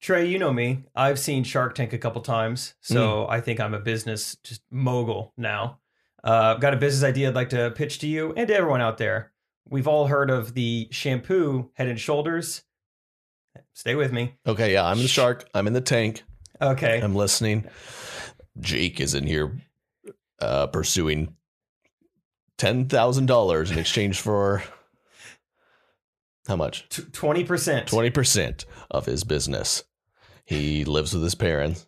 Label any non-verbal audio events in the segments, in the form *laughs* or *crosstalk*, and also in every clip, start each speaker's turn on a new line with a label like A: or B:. A: Trey, you know me. I've seen Shark Tank a couple times,
B: Mm.
A: so I think I'm a business just mogul now. Uh, I've got a business idea I'd like to pitch to you and to everyone out there. We've all heard of the shampoo Head and Shoulders. Stay with me.
B: Okay, yeah, I'm the shark. I'm in the tank.
A: Okay.
B: I'm listening. Jake is in here uh, pursuing ten thousand dollars in exchange for how much?
A: T- 20%.
B: Twenty percent of his business. He lives with his parents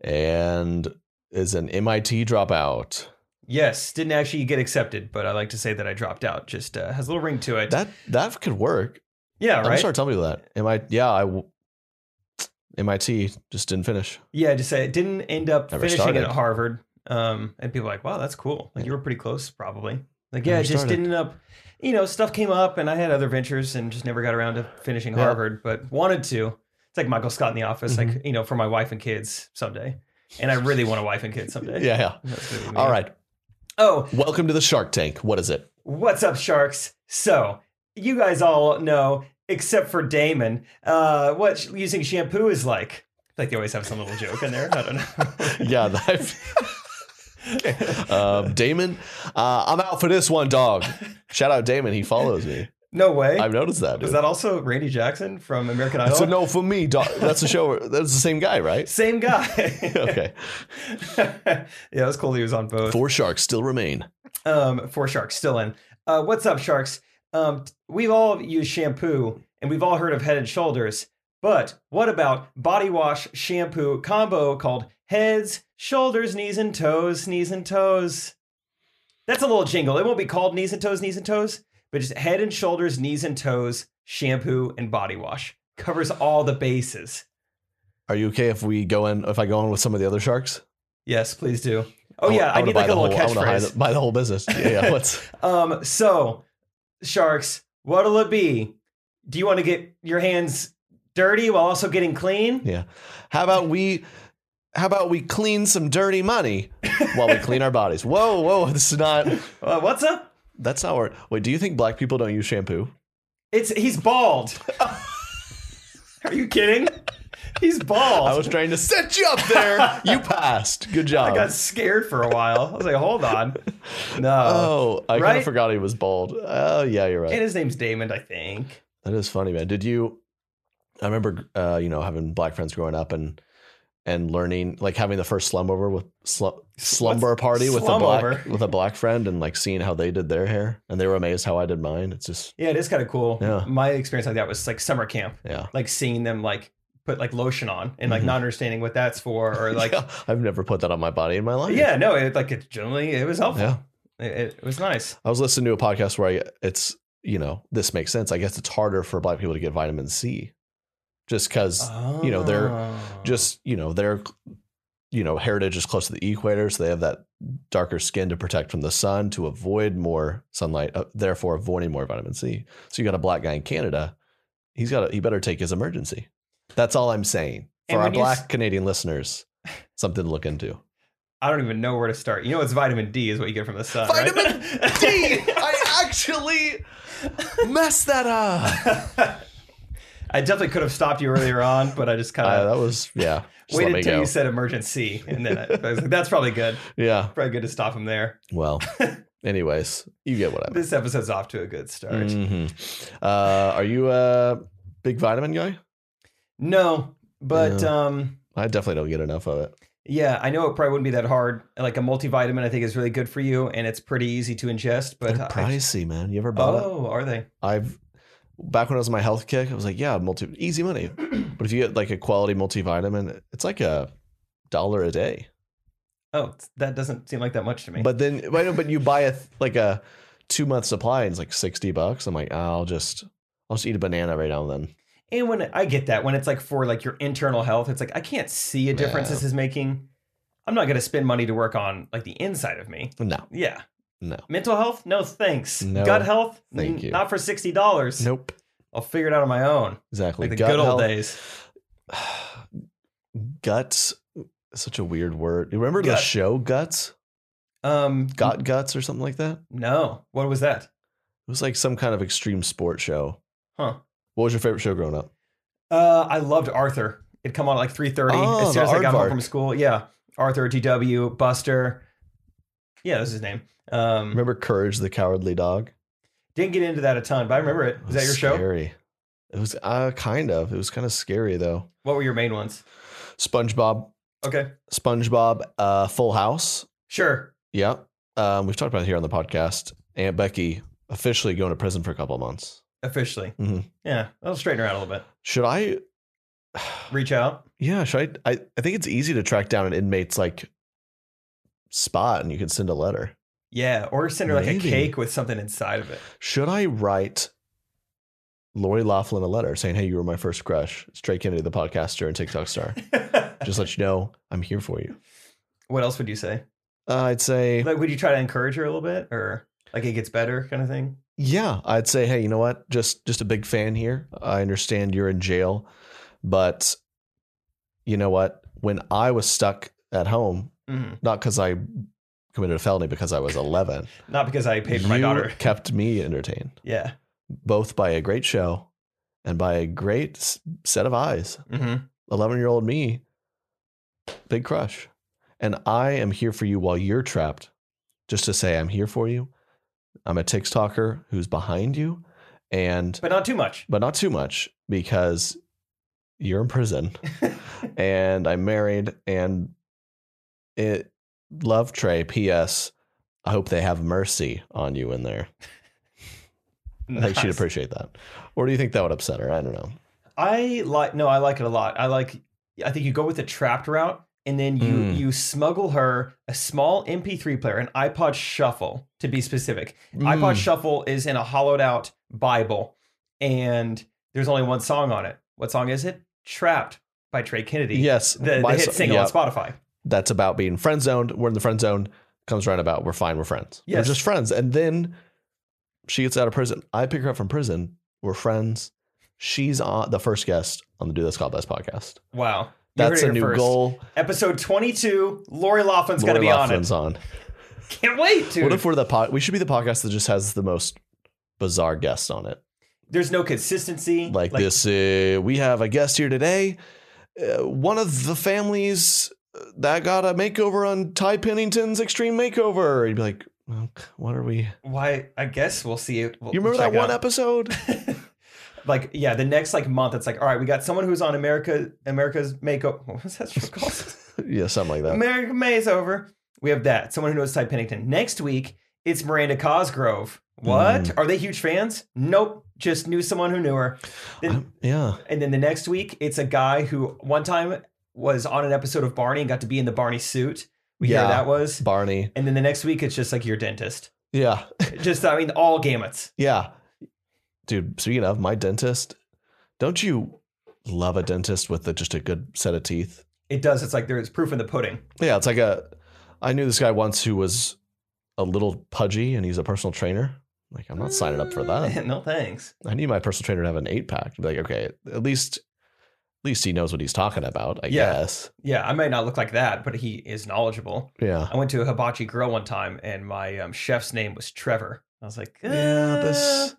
B: and is an MIT dropout.
A: Yes. Didn't actually get accepted, but I like to say that I dropped out. Just uh, has a little ring to it.
B: That that could work.
A: yeah,
B: I'm
A: right?
B: sorry, tell me that. Am I? Yeah, I. w- MIT just didn't finish.
A: Yeah, just say it didn't end up
B: Never
A: finishing it
B: started.
A: at Harvard. Um, and people are like, wow, that's cool. Like you were pretty close, probably. Like, yeah,
B: Never
A: it just
B: started.
A: didn't end up. You know, stuff came up, and I had other ventures, and just never got around to finishing
B: Yeah.
A: Harvard, but wanted to. It's like Michael Scott in The Office,
B: Mm-hmm.
A: like you know, for my wife and kids someday. And I really want a wife and kids someday.
B: *laughs* Yeah, yeah.
A: That's what we
B: All
A: mean.
B: right.
A: Oh,
B: Welcome to the Shark Tank. What is it?
A: What's up, sharks? So, you guys all know, except for Damon, uh, what sh- using shampoo is like. Like they always have some little joke in there. I don't know. *laughs*
B: Yeah. that- *laughs* Okay. Um, Damon, uh, I'm out for this one, dog. Shout out Damon. He follows me.
A: no way.
B: I've noticed that.
A: Was
B: dude.
A: that also Randy Jackson from American Idol?
B: so no for me, dog. That's a show. That's the same guy, right?
A: Same guy.
B: *laughs* Okay.
A: yeah, it was cool. He was on both.
B: Four sharks still remain.
A: um, four sharks still in. Uh, what's up, sharks? Um, t- we've all used shampoo and we've all heard of Head and Shoulders, but what about body wash shampoo combo called Heads, Shoulders, Knees and Toes, Knees and Toes? That's a little jingle. It won't be called Knees and Toes, Knees and Toes, but just Head and Shoulders, Knees and Toes shampoo and body wash covers all the bases.
B: Are you okay if we go in? If I go in with some of the other sharks?
A: Yes, please do. Oh
B: wa-
A: yeah, I,
B: wanna
A: need
B: buy
A: like a
B: the
A: little
B: whole- I wanna buy
A: catchphrase.
B: the- buy the whole business. Yeah. yeah what's
A: Um, so sharks, what'll it be? Do you want to get your hands dirty while also getting clean?
B: Yeah. How about we how about we clean some dirty money while we clean our bodies? Whoa, whoa, this is not
A: Uh, what's up?
B: that's not where wait, do you think black people don't use shampoo?
A: It's he's
B: *laughs*
A: bald. Are you kidding? He's bald.
B: I was trying to set you up
A: *laughs*
B: there. You passed. Good
A: I
B: job. *laughs*
A: got scared for a while. I was like, hold on. No.
B: oh, I kind
A: right?
B: of forgot he was bald. Oh yeah, you're right.
A: And his name's Damon, I think.
B: That is funny, man. Did you? I remember, uh, you know, having black friends growing up and and learning, like having the first slumber with slu- slumber party with a black
A: Slumover?
B: with a black friend, and like seeing how they did their hair, and they were amazed how I did mine. It's just,
A: Yeah, it is kind of cool.
B: Yeah.
A: My experience like that was like summer camp,
B: yeah.
A: like seeing them like put like lotion on and like
B: Mhm.
A: not understanding what that's for or like
B: *laughs* Yeah, I've never put that on my body in my life.
A: Oh, yeah, no, it like it generally it was helpful.
B: yeah.
A: It, it- it was nice.
B: I was listening to a podcast where I, it's, you know, this makes sense. I guess it's harder for black people to get vitamin C, just because
A: Uh,
B: you know, they're
A: Oh.
B: just you know their you know heritage is close to the equator so they have that darker skin to protect from the sun to avoid more sunlight uh, therefore avoiding more vitamin c so you got a black guy in canada he's got to, he better take his emergency that's all i'm saying for
A: And
B: our
A: when you s-
B: black canadian listeners something to look
A: *laughs*
B: into
A: I don't even know where to start. You know, it's vitamin D is what you get from the sun. right?
B: i actually messed that up
A: *laughs* I definitely could have stopped you earlier on, but I just kind
B: uh,
A: of
B: that was
A: *laughs*
B: yeah just let
A: waited
B: me
A: until
B: go
A: you said emergency, and then I, I was like, "That's probably good.
B: yeah
A: Probably good to stop him there." *laughs*
B: well anyways you get what i meant
A: This episode's off to a good start.
B: Mhm. Uh, are you a big vitamin guy?
A: No, but
B: Yeah.
A: um,
B: I definitely don't get enough of it.
A: yeah, I know it probably wouldn't be that hard. Like a multivitamin, I think is really good for you, and it's pretty easy to ingest. But
B: They're
A: I,
B: pricey, man. You ever bought it?
A: oh, are they?
B: I've back when I was on my health kick, I was like, yeah, multi easy
A: *clears throat*
B: money. But if you get like a quality multivitamin, it's like a dollar a day.
A: Oh, that doesn't seem like that much to me.
B: But then, but I know, but you buy a th- like a two month supply and it's like sixty bucks. I'm like, I'll just I'll just eat a banana right now and then.
A: And when I get that, when it's like for like your internal health, it's like I can't see a difference
B: Yeah.
A: this is making. I'm not going to spend money to work on like the inside of me.
B: No,
A: Yeah.
B: no,
A: Mental health? No thanks.
B: No,
A: Gut health?
B: thank you.
A: Not for $60.
B: nope.
A: I'll figure it out on my own.
B: Exactly.
A: Like the
B: Gut
A: good old
B: health-
A: days.
B: *sighs* guts. is Such a weird word. You remember the
A: Gut. Mm-hmm.
B: show Guts?
A: Um,
B: Got Guts or something like that?
A: No. What was that?
B: It was like some kind of extreme sport show.
A: Huh.
B: What was your favorite show growing up?
A: Uh, I loved Arthur. It'd come on at like 3.30
B: Oh,
A: as soon
B: the
A: as I got home
B: aardvark.
A: from school. Yeah. Arthur, GW, Buster. Yeah, that's his name. Um,
B: Remember Courage the Cowardly Dog?
A: Didn't get into that a ton, but I remember it. Is that your show?
B: Scary. It was uh kind of. It was kind of scary though.
A: What were your main ones?
B: SpongeBob,
A: Okay.
B: SpongeBob, uh, Full House.
A: Sure.
B: Yeah, um, we've talked about it here on the podcast. Aunt Becky officially going to prison for a couple of months.
A: Officially.
B: Mhm.
A: Yeah. That'll straighten her out a little bit.
B: Should I?
A: Reach out.
B: Yeah, should I, I? I think it's easy to track down an inmate's like spot, and you can send a letter.
A: Yeah. Or send her like
B: Maybe.
A: a cake with something inside of it.
B: Should I write Lori Laughlin a letter saying, "Hey, you were my first crush, It's Trey Kennedy, the podcaster and TikTok star. *laughs* Just let you know, I'm here for you."
A: *laughs* what else would you say?
B: Uh, I'd say
A: Like, would you try to encourage her a little bit, or like it gets better, kind of thing?
B: yeah i'd say hey you know what just just a big fan here i understand you're in jail but you know what when i was stuck at home
A: Mhm.
B: not because i committed a felony because i was 11
A: Not because I paid for my
B: you
A: daughter.
B: kept me entertained
A: Yeah.
B: both by a great show and by a great s- set of eyes
A: hmm
B: 11 year old me big crush and i am here for you while you're trapped just to say i'm here for you i'm a tiktoker who's behind you and
A: But not too much.
B: but not too much because you're
A: *laughs*
B: in prison and I'm married and it love Trey PS I hope they have mercy on you in there. I think she'd
A: Nice.
B: appreciate that. Or do you think that would upset her? I don't know.
A: I like. No, I like it a lot. I like. I think you go with the trapped route, and then you
B: Mm.
A: you smuggle her a small MP3 player, an iPod Shuffle, to be specific.
B: Hmm.
A: iPod Shuffle is in a hollowed out Bible, and there's only one song on it. What song is it? Trapped by Trey Kennedy.
B: Yes,
A: The, the
B: my
A: hit
B: so-
A: single
B: yeah.
A: on Spotify.
B: that's about being friend zoned. We're in the friend zone. Comes around about we're fine. We're friends.
A: Yes.
B: We're just friends. And then she gets out of prison. I pick her up from prison. We're friends. She's on the first guest on the Do This God Bless podcast.
A: Wow. You
B: That's
A: heard it here
B: a new
A: first.
B: goal.
A: Episode 22, Lori Laughlin's going to
B: Lori
A: be
B: Laughlin's
A: on
B: on.
A: it. Can't wait, dude.
B: What if we're the pod? We should be the podcast that just has the most bizarre guests on it.
A: There's no consistency.
B: Like, this, uh, we have a guest here today. Uh, one of the families uh, that got a makeover on Ty Pennington's Extreme Makeover. You'd be like, "Well, what are we?
A: Why? I guess we'll see. it. We'll-
B: You remember
A: we'll
B: that one
A: check *laughs*
B: episode?
A: it out. *laughs* like, yeah, the next like month, it's like, all right, we got someone who's on America, America's Makeover. What was that show called?
B: *laughs* yeah, something like that.
A: America May's over. We have that. Someone who knows Ty Pennington. Next week, it's Miranda Cosgrove. What?
B: Mm.
A: Are they huge fans? Nope. Just knew someone who knew her. Then
B: Um, yeah.
A: And then the next week, it's a guy who one time was on an episode of Barney and got to be in the Barney suit. We hear
B: Yeah.
A: that was.
B: Barney.
A: And then the next week, it's just like your dentist.
B: Yeah.
A: Just, I mean, all gamuts.
B: Yeah. Dude, speaking of my dentist, don't you love a dentist with a, just a good set of teeth?
A: It does. It's like there's proof in the pudding.
B: Yeah, it's like a. I knew this guy once who was a little pudgy, and he's a personal trainer. Like, I'm not signing up for
A: *laughs*
B: that.
A: no thanks.
B: I need my personal trainer to have an eight pack. Be like, okay, at least, at least he knows what he's talking about. I
A: Yeah.
B: guess.
A: Yeah, I might not look like that, but he is knowledgeable.
B: Yeah.
A: I went to a hibachi grill one time and my um, chef's name was Trevor. I was like,
B: Yeah.
A: "Uh,
B: This.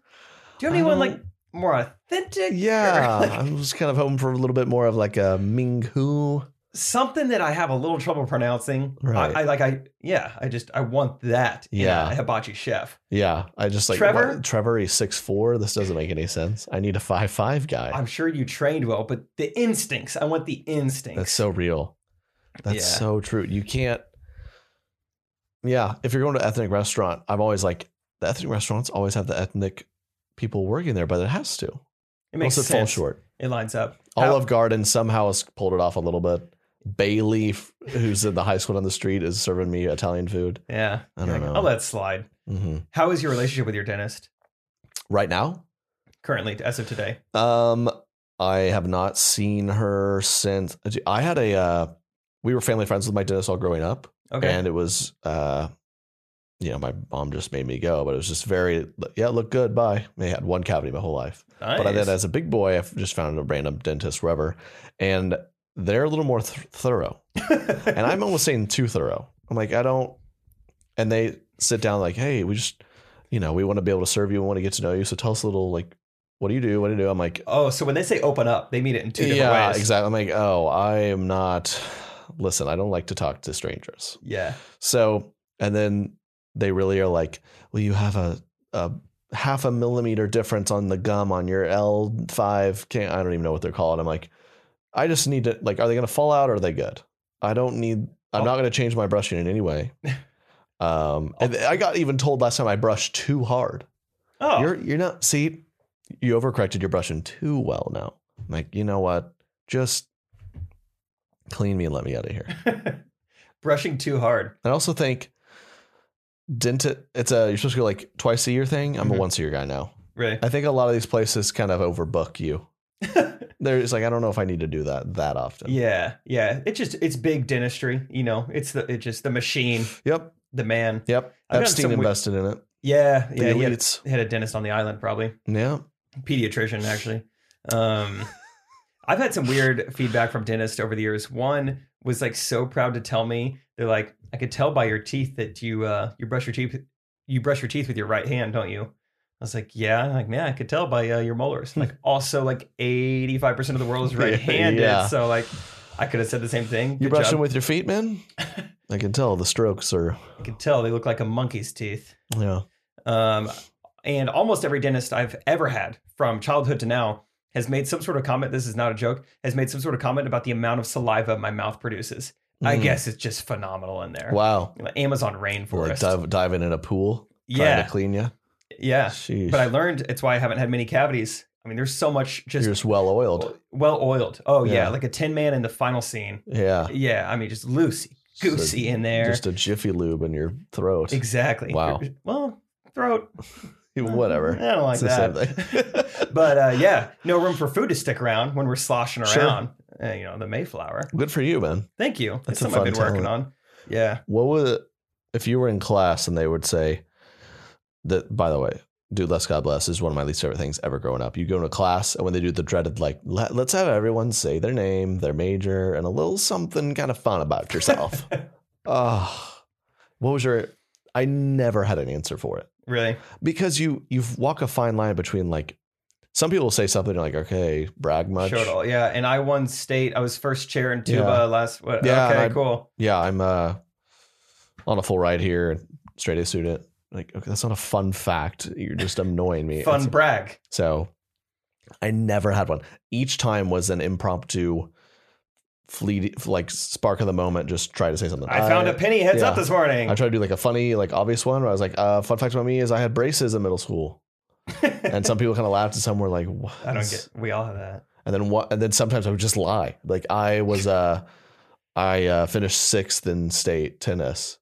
A: Do you have
B: I
A: anyone
B: don't-
A: like more authentic? or, *laughs* like,
B: Yeah, *laughs* I was kind of hoping for a little bit more of like a Ming Hu.
A: something that I have a little trouble pronouncing.
B: Right.
A: I, I like I yeah, I just I want that. in
B: Yeah.
A: a hibachi chef.
B: Yeah, I just like
A: Trevor?
B: what? Trevor, he's six four. This doesn't make any sense. I need a five five guy.
A: I'm sure you trained well, but the instincts, I want the instincts.
B: That's so real. That's
A: Yeah.
B: so true. You can't. Yeah, if you're going to an ethnic restaurant, I've always like the ethnic restaurants always have the ethnic people working there, but it has to.
A: it makes
B: Else it
A: sense.
B: falls short.
A: It lines up. How-
B: Olive Garden somehow has pulled it off a little bit. Bailey, f- who's in the high school down the street, is serving me Italian food.
A: Yeah.
B: I don't
A: You're
B: know.
A: I'll let it slide.
B: hmm
A: How is your relationship with your dentist
B: Right now,
A: currently as of today?
B: um, I have not seen her since I had a. Uh, we were family friends with my dentist all growing up,
A: Okay.
B: and it was, uh, you know, my mom just made me go, but it was just very, yeah, look good, bye. They had one cavity my whole life, but I
A: Nice.
B: then as a big boy, I just found a random dentist wherever, and they're a little more th- thorough, and I'm almost saying too thorough. I'm like, I don't, and they sit down like, hey, we just, you know, we want to be able to serve you, we want to get to know you, so tell us a little like. What do you do? What do you do? I'm like,
A: *laughs* oh, so when they say open up, they mean it in two different
B: yeah,
A: ways.
B: exactly. I'm like, oh, I am not. Listen, I don't like to talk to strangers.
A: Yeah.
B: So, and then they really are like, well, you have a, a half a millimeter difference on the gum on your L5. Can't, I don't even know what they're called. I'm like, I just need to, like, are they going to fall out or are they good? I don't need, I'm
A: Oh.
B: not going to change my brushing in any way.
A: *laughs*
B: Um, and I got even told last time I brushed too hard.
A: Oh,
B: You're you're not see, you overcorrected your brushing too well now. I'm like, you know what? Just clean me and let me out of here.
A: brushing too hard.
B: I also think dentist it's a you're supposed to go like twice a year thing. I'm
A: Mhm.
B: a once a year guy now. *laughs*
A: Really?
B: I think a lot of these places kind of
A: *laughs*
B: overbook you. There's like I don't know if I need to do that that often.
A: Yeah. Yeah. It just it's big dentistry. You know, it's the it's just the machine,
B: Yep.
A: the man.
B: Yep.
A: I've done
B: Epstein
A: some we-
B: invested in it.
A: Yeah.
B: The
A: Yeah. He had,
B: elites.
A: he had a dentist on the island, probably.
B: Yeah.
A: pediatrician actually. Um, I've had some weird feedback from dentists over the years. One was like so proud to tell me they're like, I could tell by your teeth that you uh, you brush your teeth you brush your teeth with your right hand, don't you? I was like, yeah, I'm like yeah, I could tell by uh, your molars.
B: *laughs*
A: Like also like 85 percent of the world is right-handed,
B: Yeah.
A: so like I could have said the same thing.
B: You
A: Good
B: brushing
A: job.
B: with your feet,
A: *laughs*
B: man? I can tell the strokes are
A: I could tell they look like a monkey's teeth.
B: yeah.
A: Um, and almost every dentist I've ever had from childhood to now has made some sort of comment. This is not a joke. Has made some sort of comment about the amount of saliva my mouth produces. I
B: Mm.
A: guess it's just phenomenal in there.
B: Wow.
A: Amazon
B: Like
A: rainforest.
B: dive, diving in a pool, trying
A: yeah,
B: to clean you.
A: yeah.
B: Sheesh.
A: But I learned it's why I haven't had many cavities. I mean, there's so much just,
B: You're just well oiled.
A: well oiled. Oh yeah.
B: Yeah.
A: like a Tin Man in the final scene.
B: Yeah.
A: Yeah, I mean, just loosey goosey in there.
B: Just a jiffy lube in your throat. *laughs*
A: exactly.
B: Wow.
A: Well, throat.
B: Whatever.
A: I don't like
B: It's the
A: that.
B: same *laughs* thing.
A: *laughs* but uh, yeah, no room for food to stick around when we're sloshing
B: Sure.
A: around. Uh, you know, the Mayflower.
B: Good for you, man.
A: Thank you. That's,
B: That's a
A: something I've
B: fun
A: been working on. Yeah.
B: What would if you were in class and they would say that? By the way, "Dude, Less God Bless" is one of my least favorite things ever growing up. You go into class and when they do the dreaded like, Let, let's have everyone say their name, their major, and a little something kind of fun about
A: *laughs*
B: yourself. Ah, what was your? I never had an answer for it.
A: Really?
B: because you you walk a fine line between like some people say something like okay brag much
A: Show it all. Yeah. And I won state. I was first chair in tuba
B: Yeah.
A: last. What,
B: Yeah,
A: okay,
B: and I-
A: cool.
B: yeah i'm uh on a full ride here straight a student like okay that's not a fun fact you're just annoying
A: *laughs*
B: me
A: Fun
B: It's-
A: brag.
B: so i never had one each time was an impromptu fleet like spark of the moment just try to say something
A: I found a penny heads up
B: yeah.
A: this morning.
B: I tried to do like a funny, like obvious one where I was like, uh, fun fact about me is I had braces in middle school. and some people kind of laughed and some were like, what?
A: *laughs* I don't get. We all have that.
B: and then what and then sometimes i would just lie like i was uh i uh finished sixth in state tennis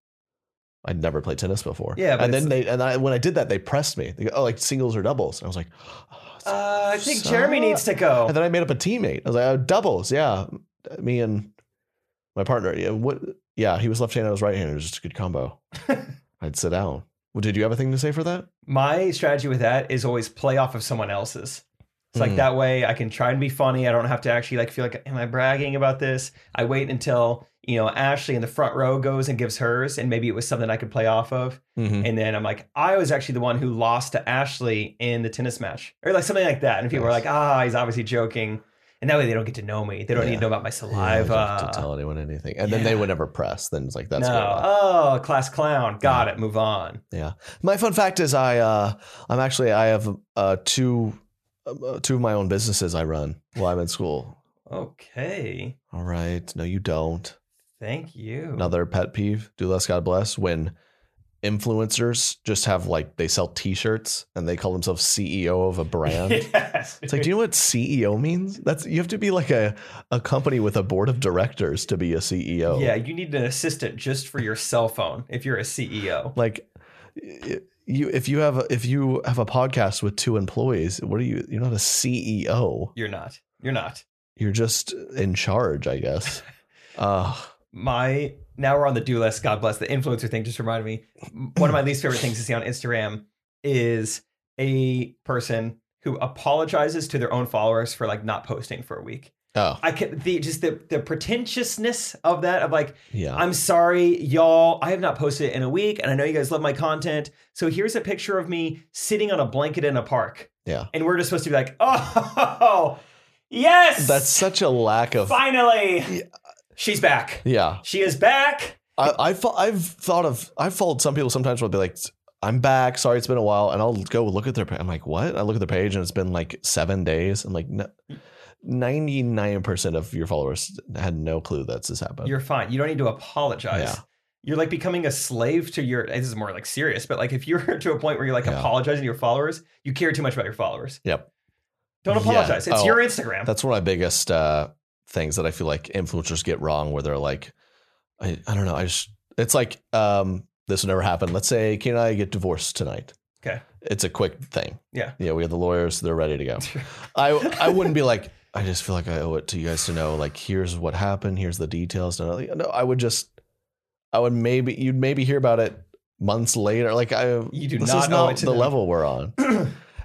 B: i'd never played tennis before
A: Yeah, but
B: and then
A: it's-
B: they and i when i did that they pressed me they go oh like singles or doubles and i was like oh, it's-
A: Uh, I think
B: So-
A: Jeremy needs to go.
B: and then i made up a teammate i was like oh doubles yeah me and my partner yeah what yeah he was left-handed i was right-handed it was just a
A: *laughs*
B: good combo i'd sit down well, did you have a thing to say for that
A: my strategy with that is always play off of someone else's. It's like
B: Mm.
A: that way I can try and be funny. I don't have to actually like feel like am I bragging about this? I wait until, you know, Ashley in the front row goes and gives hers and maybe it was something I could play off of.
B: mm-hmm.
A: And then I'm like, I was actually the one who lost to Ashley in the tennis match. Or like something like that. And people are
B: Nice.
A: like, ah, he's obviously joking. And that way they don't get to know me. They don't need to
B: Yeah.
A: know about my
B: I don't have
A: saliva.
B: to tell anyone anything, and then
A: uh, Yeah.
B: they would never press. Then it's like
A: no.
B: that's good.
A: Oh, class clown. Got it. Move on.
B: Yeah. My fun fact is I uh I'm actually I have uh two uh, two of my own businesses I run while I'm in school.
A: Okay.
B: All right. No you don't.
A: Thank you.
B: Another pet peeve, do less god bless when influencers just have like they sell t-shirts and they call themselves CEO of a brand.
A: *laughs* yes.
B: It's like, do you know what CEO means? That's you have to be like a, a company with a board of directors to be a E CEO.
A: Yeah, you need an assistant just for your cell phone if you're a E CEO.
B: like y- you if you have a, if you have a podcast with two employees what are you you're not a ceo
A: You're not. You're not.
B: You're just in charge,
A: *laughs*
B: I guess. Uh,
A: my now we're on the do list. God bless the influencer thing. Just reminded me. One of my least favorite things to see on Instagram is a person who apologizes to their own followers for like not posting for a week.
B: oh,
A: I can the just the the pretentiousness of that of like
B: yeah.
A: I'm sorry, y'all. I have not posted in a week, and I know you guys love my content. So here's a picture of me sitting on a blanket in a park.
B: Yeah.
A: And we're just supposed to be like, oh, *laughs* yes.
B: That's such a lack of.
A: finally.
B: Yeah.
A: She's back.
B: Yeah.
A: She is back.
B: I, I fo- I've thought of I've followed some people sometimes will be like I'm back sorry it's been a while and I'll go look at their pa- I'm like what I look at their page and it's been like seven days I'm like ninety nine percent of your followers had no clue that's this happened
A: You're fine. You don't need to apologize.
B: Yeah.
A: You're like becoming a slave to your. This is more like serious, but like if you're *laughs* to a point where you're like
B: Yeah.
A: apologizing to your followers, you care too much about your followers.
B: Yep.
A: Don't
B: Yeah.
A: apologize. It's
B: Oh,
A: your Instagram.
B: that's one of my biggest uh, things that I feel like influencers get wrong where they're like I, I don't know I just it's like um, this would never happen let's say Kate and I get divorced tonight
A: Okay.
B: it's a quick thing
A: Yeah.
B: yeah we have the lawyers they're
A: *laughs*
B: ready to go I I wouldn't be like I just feel like I owe it to you guys to know like here's what happened, here's the details. No, no, no, I would just I would maybe you'd maybe hear about it months later. Like I
A: You do
B: this
A: not
B: is
A: owe
B: not
A: it to
B: the
A: them.
B: level we're
A: *clears throat*
B: on.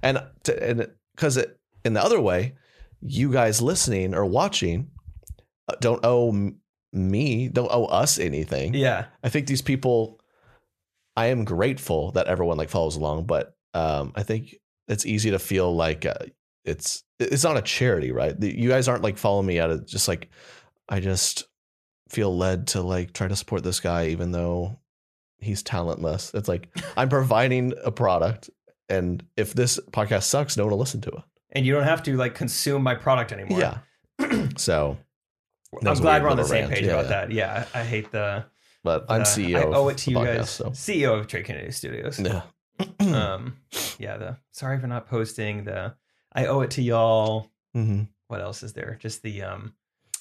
B: and to, and because it in the other way, you guys listening or watching uh, don't owe m- me, don't owe us anything.
A: yeah.
B: I think these people I am grateful that everyone like follows along, but um I think it's easy to feel like uh, it's it's not a charity, right? The- You guys aren't like following me out of just like I just feel led to like try to support this guy even though he's talentless. It's like I'm providing a product and if this podcast sucks, no one will listen to it.
A: and you don't have to like consume my product anymore.
B: Yeah. *clears throat* so, that
A: I'm
B: was a
A: glad
B: weird
A: we're on the
B: little
A: same
B: rant.
A: page
B: Yeah,
A: about
B: yeah.
A: that. Yeah, I I hate the.
B: but I'm
A: the-
B: CEO.
A: I
B: of
A: owe it to
B: the
A: you
B: podcast,
A: guys.
B: So.
A: CEO of Trade Kennedy Studios.
B: *clears throat* Yeah. Hmm.
A: Um, yeah. The sorry for not posting. The I owe it to y'all.
B: hmm
A: What else is there? Just the
B: *laughs*
A: um.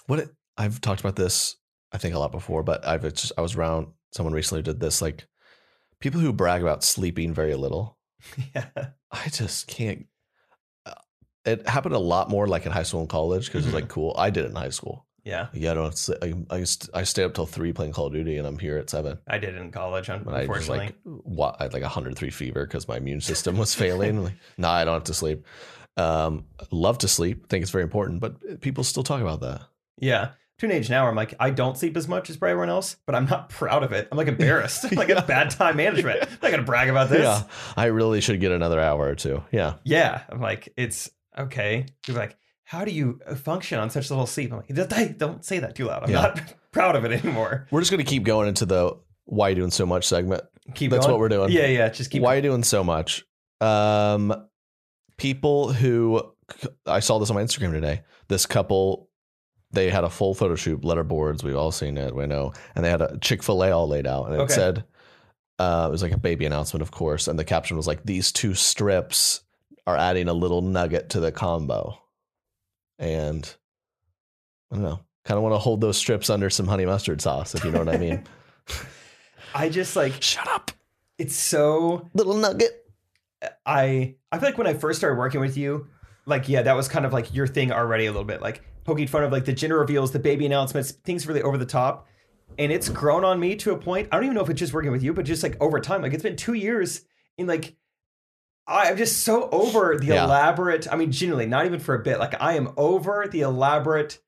B: what it, I've talked about this, I think a lot before, but I've it's just I was around someone recently did this like people who brag about sleeping very little.
A: Yeah.
B: I just can't. uh, It happened a lot more like in high school and college because it's
A: Mm-hmm.
B: like cool. I did it in high school.
A: Yeah.
B: Yeah, I don't. Sleep. I I, st- I stay up till three playing Call of Duty, and I'm here at seven.
A: I did in college. un-
B: And I just
A: Unfortunately.
B: like what I had like 103 fever because my immune system was
A: *laughs*
B: failing. like, nah, I don't have to sleep. Um, love to sleep. Think it's very important, but people still talk about that.
A: yeah. To an age now, where I'm like, I don't sleep as much as probably everyone else, but I'm not *laughs* proud of it. I'm like
B: *laughs*
A: embarrassed. like it's bad time management. I'm not gonna brag about this.
B: Yeah, I really should get another hour or two. Yeah,
A: Yeah, I'm like, it's okay. People are like, how do you uh, function on such little sleep? I'm like, "Don't- hey, don't say that too loud. I'm
B: Yeah.
A: not *laughs* proud of it anymore.
B: we're just gonna keep going into the why you doing so much segment.
A: Keep
B: That's
A: going.
B: what we're doing.
A: Yeah, yeah. Just keep.
B: why you doing so much? Um, people who I saw this on my Instagram today. This couple, they had a full photo shoot, letterboards. We've all seen it. We know, and they had a Chick Fil A all laid out, and it
A: Okay.
B: said, uh, it was like a baby announcement, of course, and the caption was like, "These two strips are adding a little nugget to the combo," and I don't know. Kind of want to hold those strips under some honey mustard sauce, if you know what
A: *laughs*
B: I mean.
A: I just like
B: Shut up,
A: it's so.
B: little nugget.
A: I I feel like when I first started working with you, like yeah, that was kind of like your thing already a little bit, like poking fun of like the gender reveals, the baby announcements, things really over the top. And it's grown on me to a point. I don't even know if it's just working with you, but just like over time, like it's been two years in like I- I'm just so over the
B: Yeah.
A: elaborate. I mean, genuinely, not even for a bit. Like I am over the elaborate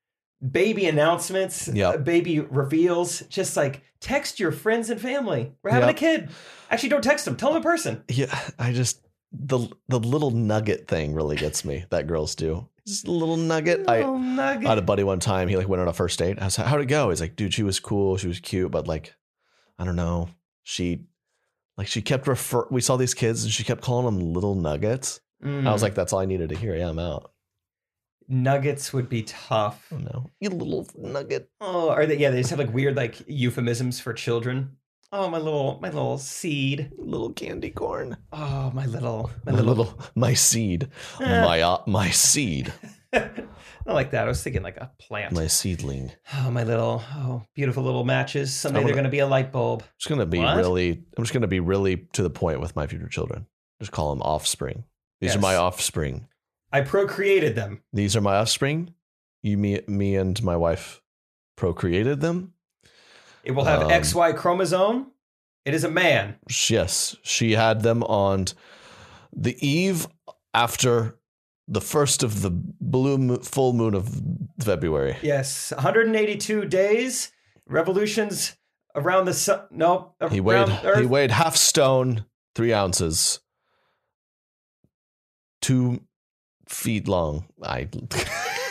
A: baby announcements,
B: Yep.
A: uh, baby reveals. Just like text your friends and family. We're having
B: Yep.
A: a kid. Actually, don't text them. Tell them in person.
B: Yeah, I just the the little nugget thing really gets me that girls do. Just a little nugget. I,
A: Little nugget.
B: I had a buddy one time. He like went on a first date. I was like, "How'd it go?" He's like, "Dude, she was cool. She was cute, but like, I don't know. She like she kept refer. We saw these kids, and she kept calling them little nuggets. I was like, "That's all I needed to hear. Yeah, I'm out.
A: Mm. nuggets would be tough.
B: Oh no, you little nugget.
A: Oh, are they? Yeah, they just have like weird like euphemisms for children. Oh, my little, my little seed.
B: Little candy corn.
A: Oh, my little, my
B: My
A: little.
B: little my seed.
A: Eh.
B: My uh, my seed.
A: Not like that. eh. *laughs* I was thinking like a plant.
B: My seedling."
A: Oh, my little, oh, beautiful little matches. Someday they're
B: wanna-
A: gonna be a light bulb.
B: just gonna be
A: What?
B: really I'm just gonna be really to the point with my future children. Just call them offspring. These
A: Yes.
B: are my offspring.
A: I procreated them.
B: These are my offspring. you me me and my wife procreated them.
A: It will have
B: Um,
A: XY chromosome. It is a man.
B: Sh- Yes, she had them on the eve after the first of the blue mo- full moon of February.
A: Yes, 182 days, revolutions around the sun. No,
B: He weighed
A: around Earth.
B: he weighed half stone, three ounces, two feet long. I *laughs*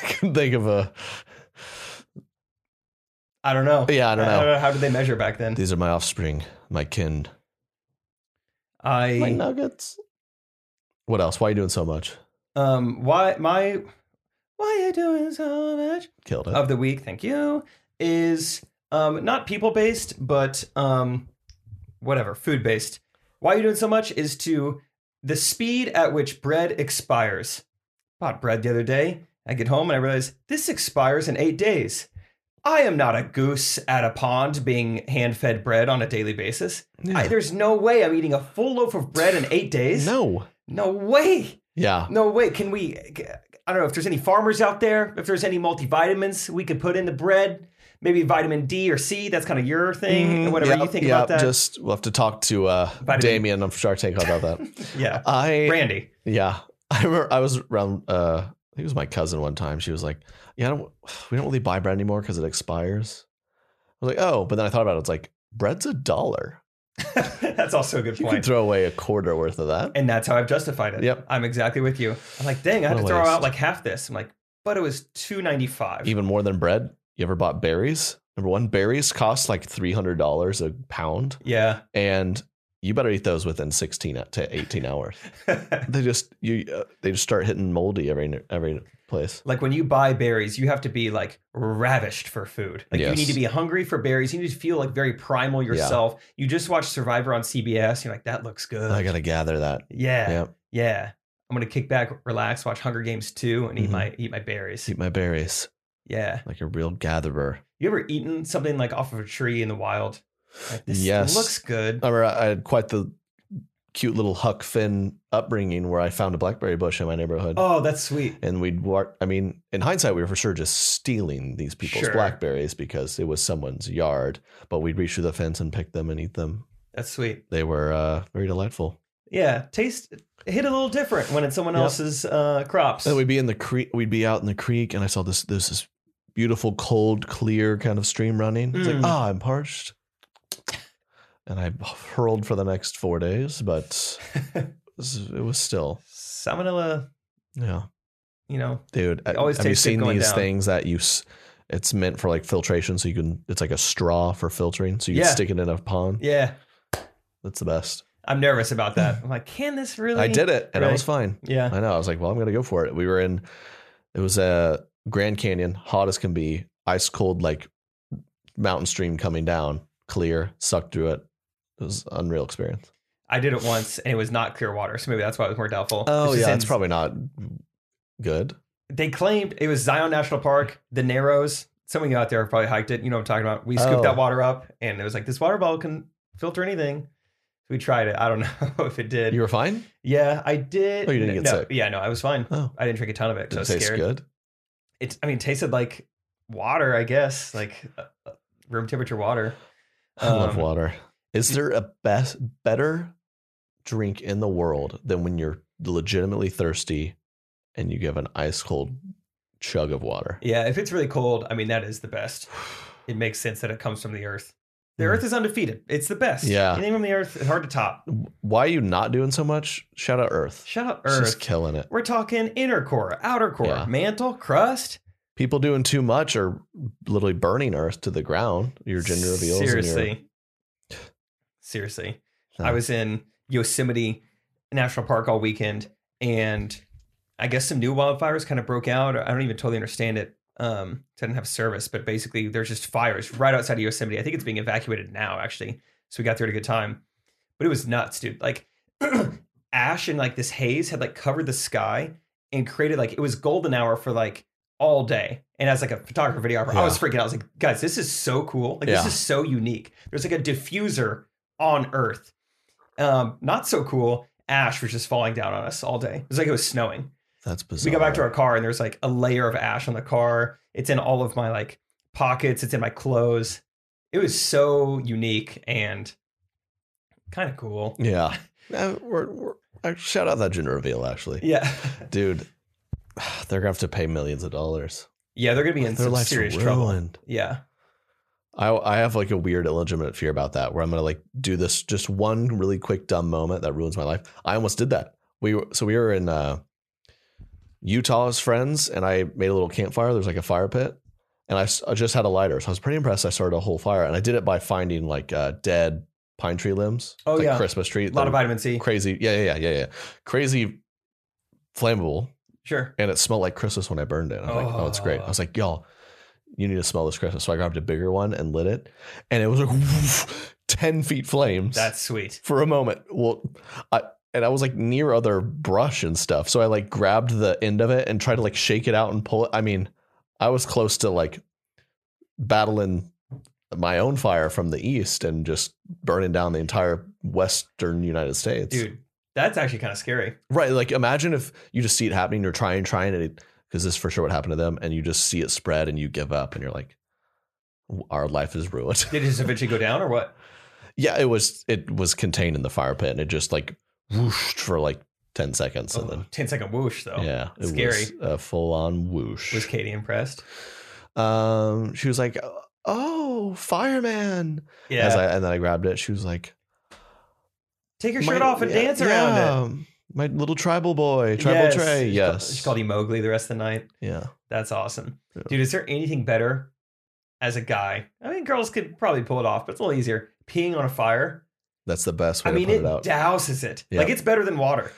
B: can think of a.
A: I don't know.
B: Yeah, I don't know.
A: How did they measure back then?
B: These are my offspring, my kin, my
A: I
B: nuggets. What else? Why are you doing so much?
A: um why my why you doing so much
B: Killed it.
A: of the week? Thank you. Is um not people based, but um whatever food based. Why you doing so much is to the speed at which bread expires. Bought bread the other day. I get home and I realize this expires in eight days. I am not a goose at a pond being hand fed bread on a daily basis.
B: Yeah.
A: I, there's no way I'm eating a full loaf of bread in eight days.
B: no.
A: No way.
B: Yeah.
A: No way. Can we? I don't know if there's any farmers out there, if there's any multivitamins we could put in the bread, maybe vitamin D or C. That's kind of your thing,
B: Mhm.
A: whatever
B: Yep,
A: you think
B: yep.
A: about that.
B: Just we'll have to talk to uh,
A: Vitamin-
B: Damien on Shark Tank
A: *laughs*
B: about that.
A: yeah.
B: I
A: Randy. *laughs*
B: Yeah. *laughs* I remember I was around, uh, I think it was my cousin one time. She was like, Yeah, I don't, we don't really buy bread anymore because it expires. I was like, Oh, but then I thought about it. It's like, bread's a dollar.
A: that's also a good
B: You can
A: point.
B: throw away a quarter worth of that.
A: And that's how I've justified it.
B: Yep.
A: I'm exactly with you. I'm like, dang, I had
B: What
A: to
B: a
A: throw
B: waste.
A: out like half this. I'm like, but it was two ninety five.
B: Even more than bread. You ever bought berries? Number one, berries cost like $300 a pound,
A: Yeah. *laughs*
B: and you better eat those within 16 to 18 hours.
A: *laughs* like
B: They just, you, uh, they just start hitting moldy every, every place.
A: when you buy berries, you have to be like ravished for food. Like you
B: Yes.
A: need to be hungry for berries. You need to feel like very primal yourself. You just watch Survivor on CBS. You're like, that looks good.
B: I got to gather that.
A: Yeah.
B: Yeah.
A: Yeah. I'm gonna kick back, relax, watch Hunger Games 2 and eat
B: Mhm.
A: my eat my berries.
B: Eat my berries
A: Yeah.
B: like a real gatherer.
A: You ever eaten something like off of a tree in the wild? Like, this
B: Yes. Uh,
A: looks good.
B: I remember I had quite the cute little Huck Finn upbringing where I found a blackberry bush in my neighborhood.
A: Oh, that's sweet.
B: And we'd walk. I mean, in hindsight, we were for sure just stealing these people's
A: Sure.
B: blackberries because it was someone's yard. But we'd reach through the fence and pick them and eat them.
A: That's sweet.
B: They were uh, very delightful.
A: Yeah. Taste it hit a little different when it's someone
B: Yep.
A: else's uh crops.
B: And we'd be in the creek. We'd be out in the creek, and I saw this. There's this beautiful, cold, clear kind of stream running. It's
A: Mm.
B: like, ah, I'm parched. And I hurled for the next four days, but it was- it was still,
A: Salmonella,
B: yeah.
A: you know.
B: dude. I,
A: It always
B: have you
A: tastes good
B: seen
A: going
B: these
A: down.
B: things that you? s- It's meant for like filtration, so you can. It's like a straw for filtering, so you
A: Yeah.
B: can stick it in a pond.
A: Yeah.
B: That's the best.
A: I'm nervous about
B: *sighs*
A: that. I'm like, can this really
B: I did it, and I
A: Really?
B: was fine.
A: Yeah.
B: I know. I was like, well, I'm gonna go for it. We were in. It was a Grand Canyon, hot as can be, ice cold, like mountain stream coming down, clear, sucked through it. It was unreal experience.
A: I did it once and it was not clear water, so maybe that's why it was more doubtful.
B: Oh
A: just
B: yeah,
A: in-
B: it's probably not good.
A: they claimed it was Zion National Park, the Narrows. Some of you out there have probably hiked it. You know what I'm talking about. We scooped
B: Oh.
A: that water up, and it was like this water bottle can filter anything. We tried it. I don't *laughs* know if it did.
B: You were fine.
A: yeah, I did.
B: Oh, you didn't get
A: no,
B: sick.
A: Yeah, no, I was fine.
B: Oh,
A: I didn't drink a ton of it. 'cause
B: did
A: I
B: it
A: was
B: taste
A: scared.
B: good?
A: It. I mean, it tasted like water, I guess, like uh, uh, room temperature water.
B: I love
A: Um,
B: water. Is there a best better drink in the world than when you're legitimately thirsty and you give an ice cold chug of water?
A: Yeah, if it's really cold, I mean, that is the best. It makes sense that it comes from the Earth. The
B: Mm.
A: Earth is undefeated. It's the best.
B: Yeah.
A: anything from the Earth, hard to top.
B: Why are you not doing so much? Shout out Earth.
A: Shout out
B: It's
A: Earth.
B: just killing it.
A: We're talking inner core, outer core,
B: Yeah.
A: mantle, crust.
B: People doing too much are literally burning Earth to the ground. Your gender reveals. and your-
A: Seriously. Seriously. I
B: Yeah.
A: was in Yosemite National Park all weekend and I guess some new wildfires kind of broke out. I don't even totally understand it. Um, 'cause I didn't have service, but basically there's just fires right outside of Yosemite. I think it's being evacuated now, actually. So we got there at a good time. But it was nuts, dude. Like *clears throat* ash and like this haze had like covered the sky and created like it was golden hour for like all day. And as like a photographer videographer, I was freaking out. I was like, guys, this is so cool. Like
B: Yeah.
A: this is so unique. There's like a diffuser on Earth. Um, not so cool. Ash was just falling down on us all day. It was like it was snowing.
B: That's bizarre.
A: we go back to our car and there's like a layer of ash on the car it's in all of my like pockets it's in my clothes it was so unique and kind of cool *laughs*
B: Yeah. Uh, we're, we're, I shout out that gender reveal, actually.
A: yeah
B: Dude, *sighs* they're going to have to pay millions of dollars.
A: yeah they're gonna be in
B: Their
A: some
B: life's
A: serious
B: ruined.
A: trouble yeah
B: I, I have like a weird illegitimate fear about that where I'm going to like do this just one really quick dumb moment that ruins my life. I almost did that. We were, so we were in uh, Utah as friends and I made a little campfire. There's like a fire pit and I, s- I just had a lighter. So I was pretty impressed. I started a whole fire and I did it by finding like uh, dead pine tree limbs.
A: Oh,
B: like
A: yeah.
B: Christmas tree.
A: a lot of vitamin c
B: crazy. Yeah, yeah, yeah, yeah, yeah. Crazy flammable.
A: sure
B: And it smelled like Christmas when I burned it. I was like, oh, it's great. I was like, y'all, you need to smell this Christmas. So I grabbed a bigger one and lit it. And it was like 10 feet flames
A: that's sweet
B: for a moment. Well, I and I was like near other brush and stuff. So I like grabbed the end of it and tried to like shake it out and pull it. I mean, I was close to like battling my own fire from the east and just burning down the entire western United States.
A: dude that's actually kind of scary
B: Right. Like imagine if you just see it happening, you're trying, trying, and it because this is for sure what happened to them, and you just see it spread and you give up and you're like, our life is ruined.
A: did it just eventually go down or what
B: *laughs* yeah, it was it was contained in the fire pit and it just like whooshed for like ten seconds and
A: oh,
B: then
A: 10 second whoosh though
B: yeah, it
A: scary
B: was a full on whoosh.
A: was katie impressed
B: um she was like, Oh, fireman.
A: yeah
B: As I, and then I grabbed it, she was like,
A: take your
B: "My-
A: shirt off and
B: yeah,
A: dance around it
B: yeah, My little tribal boy, tribal
A: Yes.
B: Trey.
A: She called-
B: Yes.
A: she called you mowgli the rest of the night
B: yeah.
A: That's awesome.
B: Yeah.
A: Dude, is there anything better as a guy? I mean, girls could probably pull it off, but it's a little easier. Peeing on a fire.
B: That's the best way
A: I
B: to
A: mean,
B: put
A: it,
B: it, out.
A: douses it.
B: Yeah.
A: Like, it's better than water.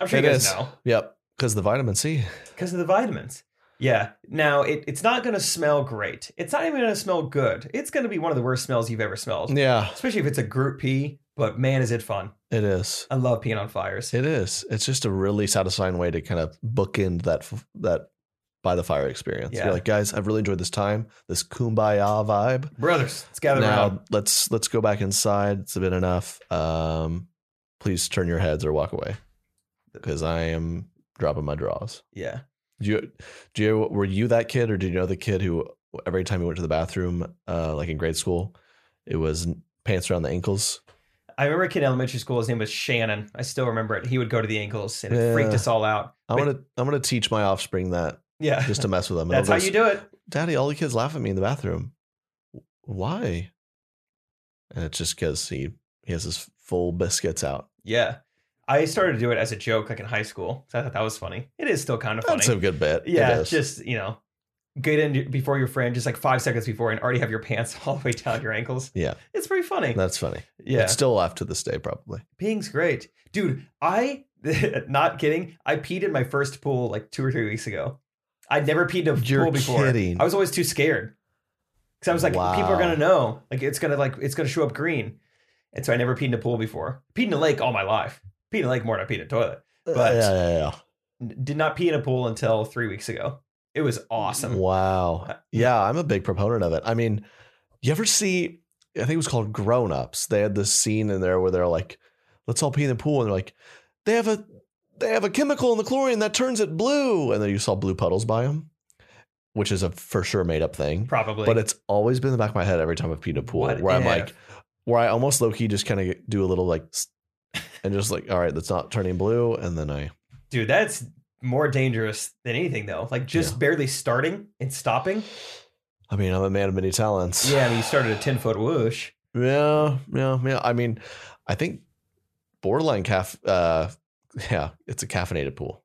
A: I'm sure
B: It
A: you guys
B: is.
A: know
B: Yep, because the vitamin C.
A: because of the vitamins. Yeah. Now, it, it's not going to smell great. It's not even going to smell good. It's going to be one of the worst smells you've ever smelled,
B: Yeah,
A: especially if it's a group pee. But man, is it fun.
B: it is.
A: I love peeing on fires.
B: It is. It's just a really satisfying way to kind of bookend that f- that by the fire experience.
A: Yeah.
B: You're like, guys, I've really enjoyed this time, this kumbaya vibe.
A: Brothers, let's gather
B: now
A: around.
B: let's let's go back inside. It's been enough. Um, please turn your heads or walk away, because I am dropping my draws.
A: Yeah.
B: Do you, do you were you that kid or did you know the kid who every time he went to the bathroom, uh, like in grade school, it was pants around the ankles?
A: I remember a kid in elementary school. His name was Shannon. I still remember it. He would go to the ankles and it
B: Yeah.
A: freaked us all out.
B: I'm
A: But-
B: gonna I'm gonna teach my offspring that
A: Yeah. *laughs*
B: just to mess with them. And
A: That's
B: they'll
A: how
B: just,
A: you do it.
B: Daddy, all the kids laugh at me in the bathroom. Why? And it's just because he he has his full biscuits out. *laughs*
A: Yeah. I started to do it as a joke, like in high school. So I thought that was funny. It is still kind of funny.
B: That's a good bit. It
A: yeah,
B: is.
A: just you know, get in before your friend, just like five seconds before, and already have your pants *laughs* all the way down your ankles.
B: Yeah.
A: it's pretty funny.
B: that's funny.
A: yeah,
B: It's still laughed to this day, probably.
A: peeing's great, dude. I *laughs* not kidding. I peed in my first pool like two or three weeks ago. I'd never peed in a
B: You're
A: pool before.
B: kidding.
A: I was always too scared because I was like, people
B: Wow.
A: are gonna know, like it's gonna like it's gonna show up green, and so I never peed in a pool before. Peed in a lake all my life. Peed in a lake more than I peed in a toilet. But-
B: yeah, yeah,
A: n- did not pee in a pool until three weeks ago. It was
B: yeah.
A: awesome. Uh,
B: Wow. Yeah, I'm a big proponent of it. I mean, you ever see? I think it was called Grown Ups. They had this scene in there where they're like, "Let's all pee in the pool," and they're like, "They have a they have a chemical in the chlorine that turns it blue," and then you saw blue puddles by them, which is a for sure made up thing.
A: Probably.
B: But it's always been in the back of my head every time I've peed in a pool
A: What
B: where I'm
A: if?
B: like, where I almost low key just kind of do a little like, s- and just like, all right, that's not turning blue, and then I
A: dude, that's more dangerous than anything though. Like just
B: Yeah.
A: barely starting and stopping.
B: I mean, I'm a man of many talents.
A: Yeah, I mean, you started a ten foot whoosh. *laughs*
B: Yeah, yeah, yeah. I mean, I think borderline calf. Uh, *laughs* yeah, it's a caffeinated pool,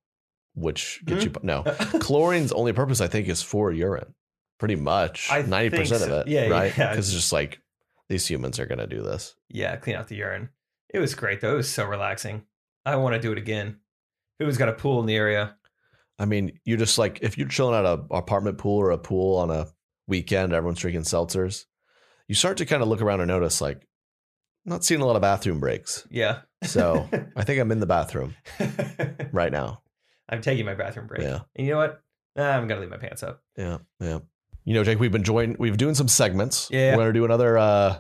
B: which gets
A: Mm-hmm.
B: you no chlorine's only purpose. I think is for urine, pretty much
A: I
B: ninety percent
A: think so.
B: of it.
A: Yeah,
B: right.
A: yeah.
B: Because it's just like these humans are gonna do this.
A: yeah, clean out the urine. It was great though. It was so relaxing. I want to do it again. Who's got a pool in the area?
B: I mean, you're just like if you're chilling at a apartment pool or a pool on a weekend, everyone's drinking seltzers. You start to kind of look around and notice like not seeing a lot of bathroom breaks.
A: Yeah. *laughs*
B: So I think I'm in the bathroom right now.
A: I'm taking my bathroom break.
B: Yeah.
A: And you know what? Nah, I'm gonna leave my pants up.
B: Yeah, yeah. You know, Jake, we've been joined. We've doing some segments.
A: Yeah.
B: we're gonna do another. uh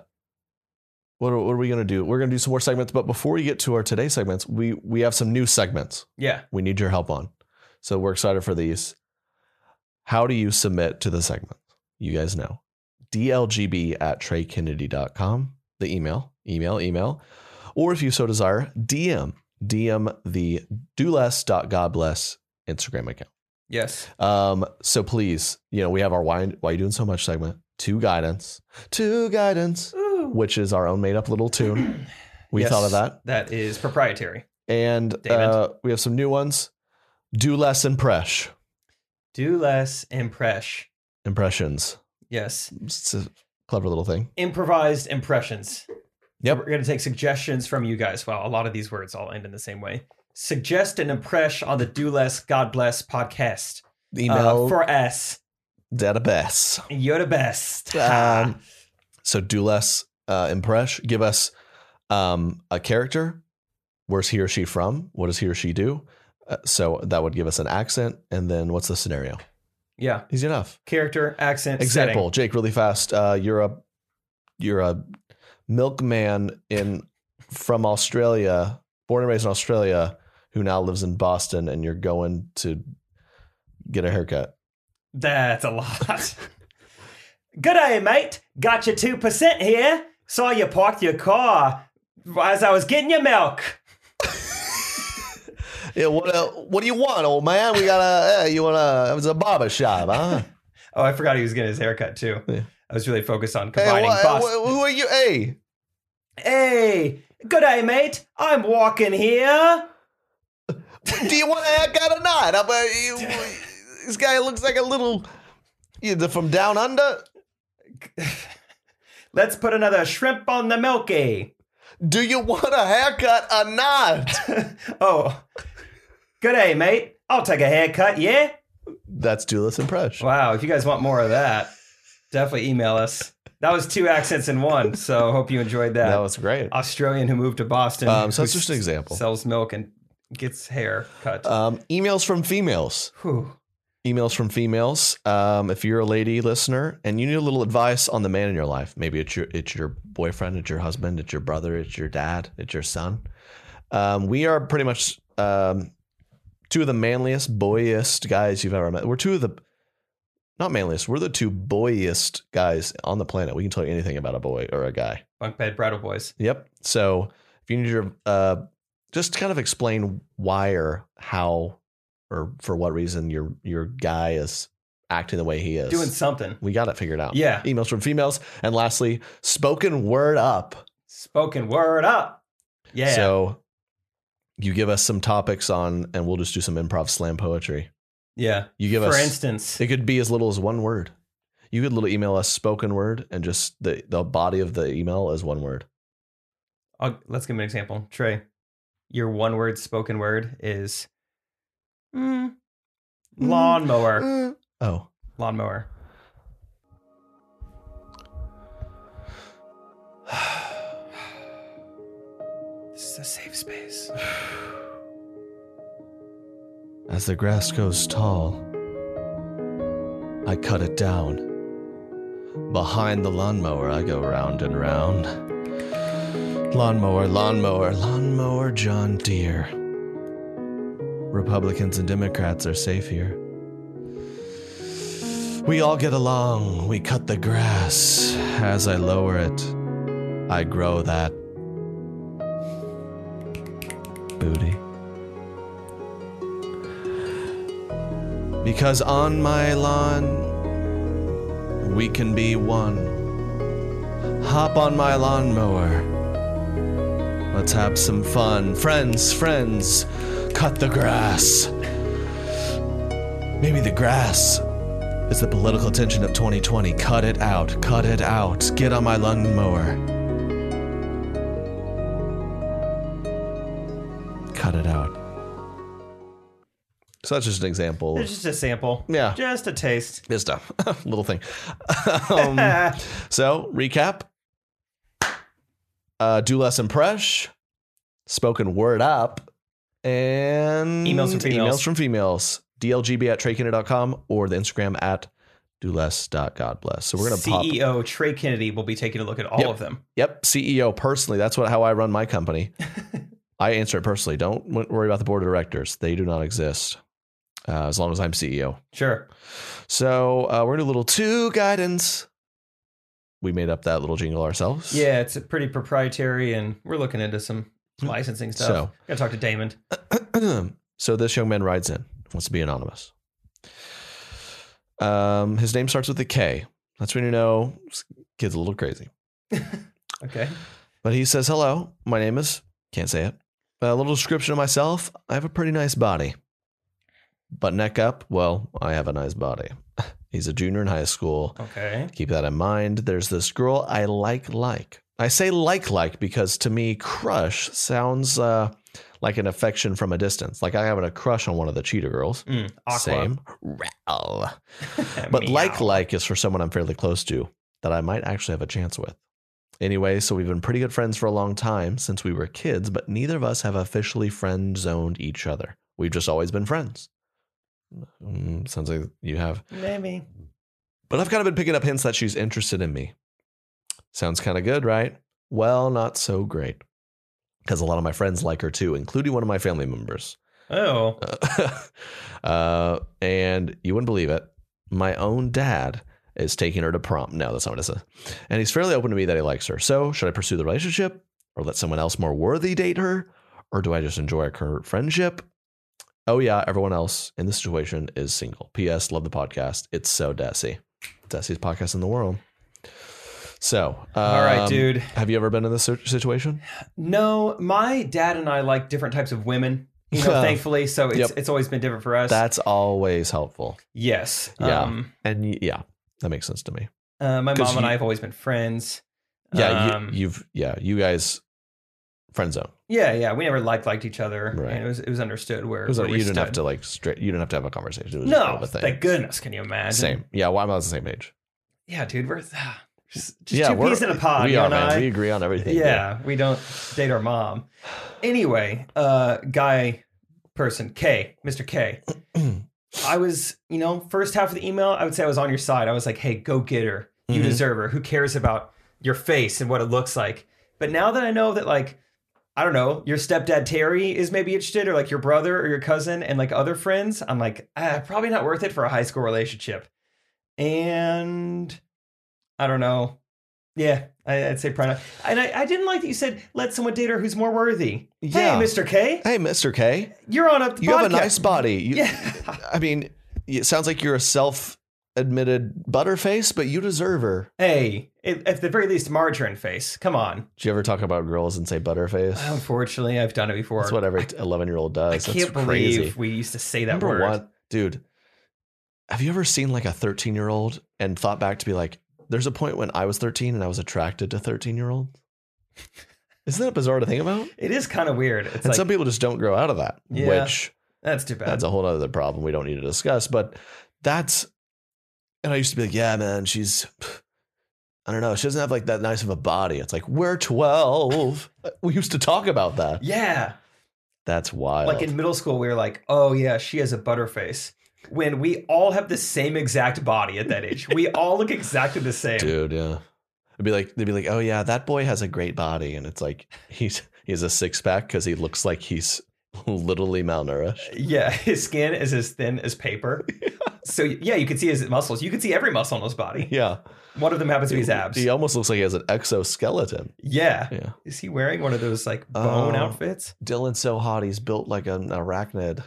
B: what are, what are we gonna do? We're gonna do some more segments, but before we get to our today segments, we we have some new segments
A: Yeah.
B: we need your help on. So we're excited for these. How do you submit to the segment? You guys know. DLGB at TreyKennedy.com, the email, email, email. Or if you so desire, DM, DM the do less dot God bless Instagram account.
A: Yes.
B: Um, so please, you know, we have our why why you doing so much segment, two guidance, two guidance, which is our own made up little tune. We
A: Yes,
B: thought of that.
A: That is proprietary.
B: And
A: Damn it.
B: uh, we have some new ones. Do less impresh
A: Do less impress.
B: impressions.
A: Yes.
B: It's a clever little thing.
A: Improvised impressions.
B: Yep.
A: We're going to take suggestions from you guys. Wow, a lot of these words all end in the same way. Suggest an impress on the Do Less God Bless podcast uh,
B: Email
A: for us.
B: database.
A: You're the
B: *laughs*
A: best.
B: Um, so do less uh, impress. Give us um, a character. Where's he or she from? What does he or she do? Uh, so that would give us an accent, and then what's the scenario?
A: yeah.
B: Easy enough.
A: Character, accent,
B: Example, Jake, really fast. Uh, you're a you're a milkman in from Australia, born and raised in Australia, who now lives in Boston, and you're going to get a haircut.
A: setting. That's a lot. *laughs* Good day, mate. Got your 2% here. Saw you parked your car as I was getting your milk.
B: Yeah, what uh, what do you want, old man? We got a *laughs* uh, you want a it's a barber shop, huh?
A: Oh, I forgot he was getting his haircut too.
B: Yeah.
A: I was really focused on
B: Hey,
A: combining
B: wha-
A: bus.
B: wha- who are you? Hey,
A: hey, good day, mate. I'm walking here.
B: do you want a haircut or not? I'm, uh, you, this guy looks like a little. Either from down under.
A: Let's put another shrimp on the milky.
B: Do you want a haircut or not?
A: Oh, *laughs* good day, mate. I'll take a haircut, yeah?
B: That's Dula's impression.
A: Wow, if you guys want more of that, definitely email us. That was two accents in one, so hope you enjoyed that.
B: That was great.
A: Australian who moved to Boston.
B: Um, so
A: who
B: that's just an
A: s-
B: example.
A: Sells milk and gets hair cut.
B: Um, emails from females.
A: Whew.
B: Emails from females. Um, if you're a lady listener and you need a little advice on the man in your life, maybe it's your it's your boyfriend, it's your husband, it's your brother, it's your dad, it's your son. Um, we are pretty much um, two of the manliest, boyiest guys you've ever met. We're two of the not manliest. We're the two boyiest guys on the planet. We can tell you anything about a boy or a guy.
A: Bunk bed bridal boys.
B: Yep. So if you need your, uh, just kind of explain why or how or for what reason your your guy is acting the way he is.
A: Doing something.
B: we got it figured out.
A: Yeah.
B: Emails from females, and lastly, spoken word up.
A: Spoken word up. Yeah.
B: So you give us some topics on, and we'll just do some improv slam poetry.
A: yeah.
B: You give
A: For
B: us,
A: instance,
B: it could be as little as one word. You could little email us spoken word, and just the the body of the email is one word.
A: I'll, let's give him an example. Trey, your one word spoken word is mm, lawnmower.
B: Oh.
A: Lawnmower. *sighs* this is a safe space. *laughs*
B: As the grass goes tall, I cut it down. Behind the lawnmower, I go round and round. Lawnmower, lawnmower, lawnmower, John Deere. Republicans and Democrats are safe here. We all get along, we cut the grass. As I lower it, I grow that booty. Because on my lawn, we can be one. Hop on my lawnmower. Let's have some fun. Friends, friends, cut the grass. Maybe the grass is the political tension of 2020. Cut it out, cut it out. Get on my lawnmower. Cut it out. So that's just an example.
A: It's just a sample.
B: Yeah.
A: Just a taste.
B: It's dumb. Little
A: *laughs*
B: thing. *laughs* um, so, recap. Uh, do less impress. Spoken word up. And
A: Emails from females.
B: Emails from females. DLGB at TreyKinner.com or the Instagram at do less dot God bless. So we're
A: *laughs*
B: gonna pop
A: CEO E Trey Kennedy will be taking a look at all
B: Yep.
A: of them.
B: Yep, CEO personally. That's what how I run
A: *laughs*
B: my company. I answer it personally. Don't w- worry about the board of directors. They do not exist. uh, as long as I'm CEO.
A: Sure.
B: So uh, we're gonna do a little two guidance. We made up that little jingle ourselves.
A: Yeah, it's pretty proprietary, and we're looking into some licensing stuff.
B: Hmm. So-
A: Gotta talk to Damon.
B: *clears throat*
A: *laughs*
B: so this young man rides in, wants to be anonymous. Um, his name starts with a K. That's when you know this kid's a little crazy.
A: Okay.
B: But he says, Hello, my name is, can't say it. A little description of myself I have a pretty nice body. But neck up, well, I have a nice body. *laughs* He's a junior in high school.
A: Okay.
B: Keep that in mind. There's this girl I like, like. I say like, like because to me, crush sounds uh, like an affection from a distance. Like I having a crush on one of the cheetah girls.
A: Mm, Aqua. Eh,
B: Same. Well. But like like is for someone I'm fairly close to that I might actually have a chance with. Anyway, so we've been pretty good friends for a long time since we were kids, but neither of us have officially friend zoned each other. We've just always been friends. Mm, sounds like you have.
A: Maybe.
B: But I've kind of been picking up hints that she's interested in me. Sounds kind of good, right? Well, not so great. Because a lot of my friends like her too, including one of my family members.
A: Oh.
B: *laughs* uh, and you wouldn't believe it. My own dad is taking her to prom. No, that's not what it says. And he's fairly open to me that he likes her. So, should I pursue the relationship or let someone else more worthy date her? Or do I just enjoy our current friendship? Oh, yeah, everyone else in this situation is single. P.S. Love the podcast. It's so Desi. Desi's podcast in the world. So,
A: All right,
B: um,
A: dude.
B: Have you ever been in this situ- situation?
A: No, my dad and I like different types of women.
B: *laughs*
A: You know, thankfully, so it's
B: Yep.
A: it's always been different for us.
B: That's always helpful.
A: yes.
B: Yeah.
A: Um,
B: And y- yeah, that makes sense to me.
A: uh, my
B: 'Cause
A: mom and
B: you-
A: I have always been friends.
B: Yeah,
A: Um,
B: you, you've yeah, you guys friend zone.
A: Yeah, yeah. We never like liked each other.
B: Right.
A: And it was it was understood where,
B: It was
A: where
B: like,
A: we
B: you didn't have
A: stood.
B: to like straight. You didn't have to have a conversation. It was just kind
A: No,
B: of a thing.
A: thank goodness. Can you imagine?
B: Same. Yeah, well, I'm on the same page.
A: Yeah, dude. We're *sighs* ah, just, just
B: yeah,
A: two
B: we're-
A: peas in a pod.
B: We
A: you
B: are,
A: and
B: man.
A: I.
B: We agree on everything.
A: yeah, we don't date our mom. Anyway, uh, guy, person K, Mr. K. I was, you know, first half of the email, I would say I was on your side. I was like, hey, go get her. You
B: Mhm.
A: deserve her. Who cares about your face and what it looks like? But now that I know that, like, I don't know, your stepdad Terry is maybe interested, or like your brother or your cousin and like other friends, I'm like, ah, probably not worth it for a high school relationship. And I don't know. Yeah, I, I'd say probably not. And I, I didn't like that you said, let someone date her who's more worthy.
B: Yeah.
A: Hey, Mr. K,
B: Hey, Mr. K,
A: you're on up the
B: you have a
A: podcast.
B: nice body. You,
A: Yeah. *laughs*
B: I mean, it sounds like you're a self-admitted butterface, but you deserve her.
A: Hey, at at the very least, margarine face. Come on.
B: Do you ever talk about girls and say butterface?
A: Unfortunately, I've done it before.
B: That's what every 11 year old
A: I
B: does.
A: can't
B: That's
A: believe
B: crazy.
A: we used to say that
B: Remember
A: word.
B: one, dude. Have you ever seen like a 13 year old and thought back to be like, there's a point when I was 13 and I was attracted to 13 year olds? Isn't that bizarre to think about?
A: It is kind of weird. It's
B: and
A: like
B: some people just don't grow out of that,
A: Yeah.
B: which
A: that's too bad.
B: that's a whole other problem we don't need to discuss. But that's, and I used to be like, yeah, man, she's, I don't know, she doesn't have like that nice of a body. It's like, we're 12. *laughs* we used to talk about that.
A: yeah.
B: That's wild.
A: Like in middle school, we were like, "Oh yeah, she has a butterface." When we all have the same exact body at that age, we all look exactly the same.
B: dude yeah it'd be like they'd be like oh yeah that boy has a great body and it's like he's he has a six-pack because he looks like he's literally malnourished
A: Yeah, his skin is as thin as paper. so yeah, you can see his muscles. You can see every muscle on his
B: *laughs*
A: body.
B: *laughs* yeah
A: One of them happens to be his abs.
B: he almost looks like he has an exoskeleton *laughs*
A: Yeah.
B: yeah
A: Is he wearing one of those like bone
B: Oh.
A: outfits? *laughs*
B: dylan's so hot he's built like an arachnid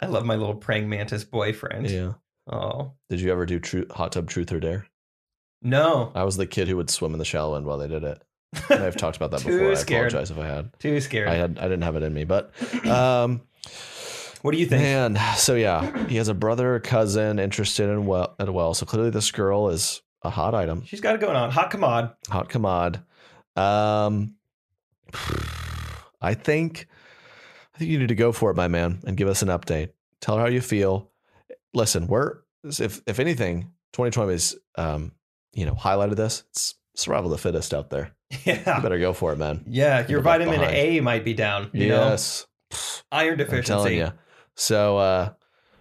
A: I love my little praying mantis boyfriend.
B: yeah
A: Oh
B: did you ever do true hot tub truth or dare
A: no,
B: i was the kid who would swim in the shallow end while they did it And i've talked about *laughs* that
A: Too
B: before i
A: scared.
B: apologize if i had
A: *laughs* too scared.
B: i had i didn't have it in me but um
A: what do you think?
B: Man, so yeah, he has a brother, a cousin interested in well at well. So clearly, this girl is a hot item,
A: She's got it going on. Hot commod. *laughs*
B: hot commod. Um, *sighs* I think, I think you need to go for it, my man, and give us an update. Tell her how you feel. Listen, we're if if anything, 2020 is um, you know highlighted this. It's survival of the fittest out there. You
A: Yeah,
B: better go for it, man.
A: yeah. Your
B: left
A: vitamin
B: behind.
A: A might be down. You
B: yes.
A: know, iron
B: I'm
A: deficiency.
B: telling you. So uh,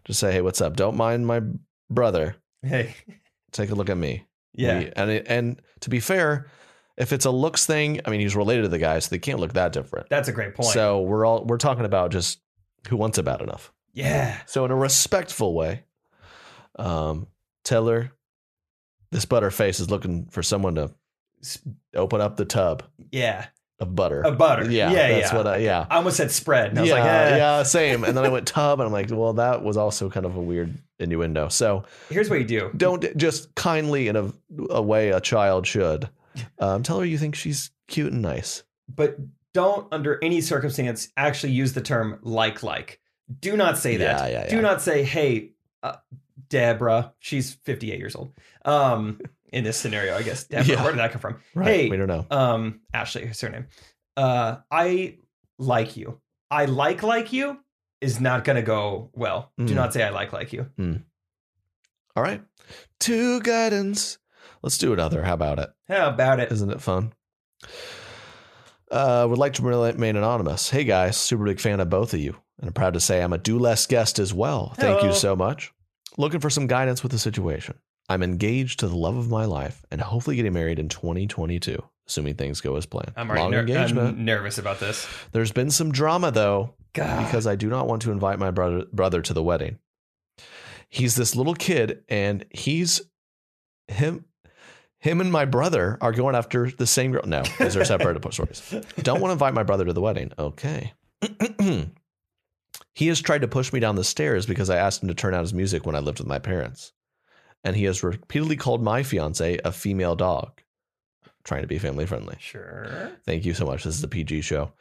B: just say, hey, what's up? Don't mind my brother.
A: Hey, *laughs*
B: Take a look at me.
A: yeah,
B: We- and it, and to be fair, if it's a looks thing, I mean, he's related to the guy, so they can't look that different.
A: that's a great point.
B: So we're all we're talking about just who wants it bad enough.
A: Yeah.
B: So in a respectful way, um, tell her this butterface is looking for someone to s- open up the tub
A: Yeah.
B: of butter.
A: A butter.
B: Yeah,
A: Yeah.
B: that's
A: yeah.
B: what I yeah.
A: I almost said spread. And I was
B: yeah,
A: like, eh.
B: yeah, same. And then I went tub, and I'm like, well, that was also kind of a weird innuendo. So
A: Here's what you do.
B: don't just kindly in a, a way a child should um, tell her you think she's cute and nice.
A: but don't under any circumstance actually use the term like like. Do not say that.
B: Yeah, yeah,
A: Do
B: yeah.
A: not say, hey, uh, Deborah, she's 58 years old. Um, in this scenario, I
B: *laughs*
A: guess. Deborah,
B: Yeah.
A: where did that come from? Hey,
B: we don't know.
A: um, Ashley, her surname. Uh, I like you. I like like you is not going to go well. Do
B: Mm.
A: not say I like like you.
B: All right, two guidance. Let's do another. How about it?
A: How about it?
B: Isn't it fun? Uh, would like to remain anonymous. Hey guys, super big fan of both of you, and I'm proud to say I'm a do less guest as well. Thank
A: Hello.
B: you so much. Looking for some guidance with the situation. I'm engaged to the love of my life and hopefully getting married in 2022, assuming things go as planned.
A: I'm
B: Long
A: already ner-
B: engagement.
A: I'm nervous about this.
B: There's been some drama though,
A: God.
B: because I do not want to invite my brother brother to the wedding. He's this little kid, and he's him. Him and my brother are going after the same girl. No, these are separate stories. Don't want to invite my brother to the wedding. Okay. *clears throat* he has tried to push me down the stairs because I asked him to turn out his music when I lived with my parents. And he has repeatedly called my fiance a female dog, trying to be family friendly.
A: *laughs* Sure. *laughs*
B: Thank you so much. This is a PG show.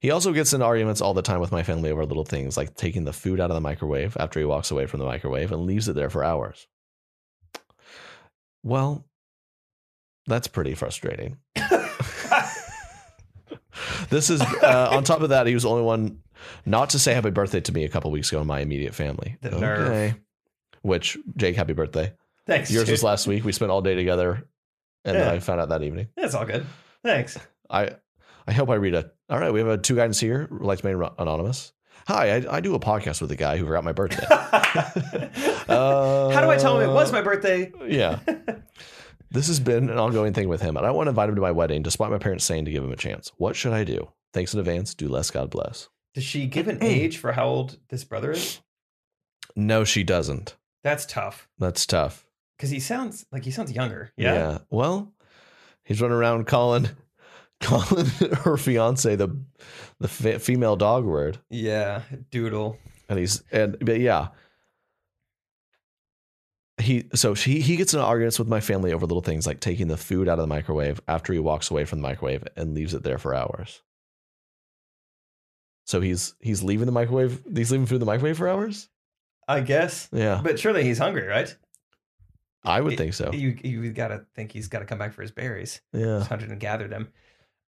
B: He also gets into arguments all the time with my family over little things like taking the food out of the microwave after he walks away from the microwave and leaves it there for hours. Well, that's pretty frustrating. This
A: *laughs*
B: is uh, on top of that, he was the only one not to say happy birthday to me a couple weeks ago in my immediate family.
A: The nerve.
B: Which Jake,
A: *laughs*
B: happy birthday.
A: Thanks.
B: Yours
A: dude.
B: was last week. We spent all day together, and
A: Yeah.
B: then I found out that evening.
A: That's all good.
B: *laughs*
A: Thanks.
B: I I hope I read a. All right, we have a two guidance here. Would Like to remain anonymous. Hi, I, I do a podcast with a guy who forgot my birthday.
A: *laughs* How do I tell him it
B: Uh,
A: was my birthday?
B: Yeah.
A: *laughs*
B: this has been an ongoing thing with him, and I want to invite him to my wedding, despite my parents saying to give him a chance. What should I do? Thanks in advance. Do less. God bless.
A: Does she give an age for how old this brother is?
B: No, she doesn't.
A: That's tough
B: That's tough.
A: because he sounds like he sounds younger. Yeah.
B: Well, he's running around calling, *laughs* calling her fiance the the fe- female dog word.
A: Yeah. Doodle.
B: and he's and but yeah he so she he gets into arguments with my family over little things like taking the food out of the microwave after he walks away from the microwave and leaves it there for hours so he's he's leaving the microwave he's leaving food in the microwave for hours
A: I guess.
B: yeah
A: But surely he's hungry, right?
B: i would think so
A: You you gotta think he's gotta come back for his berries.
B: yeah
A: Just hunted and gathered them.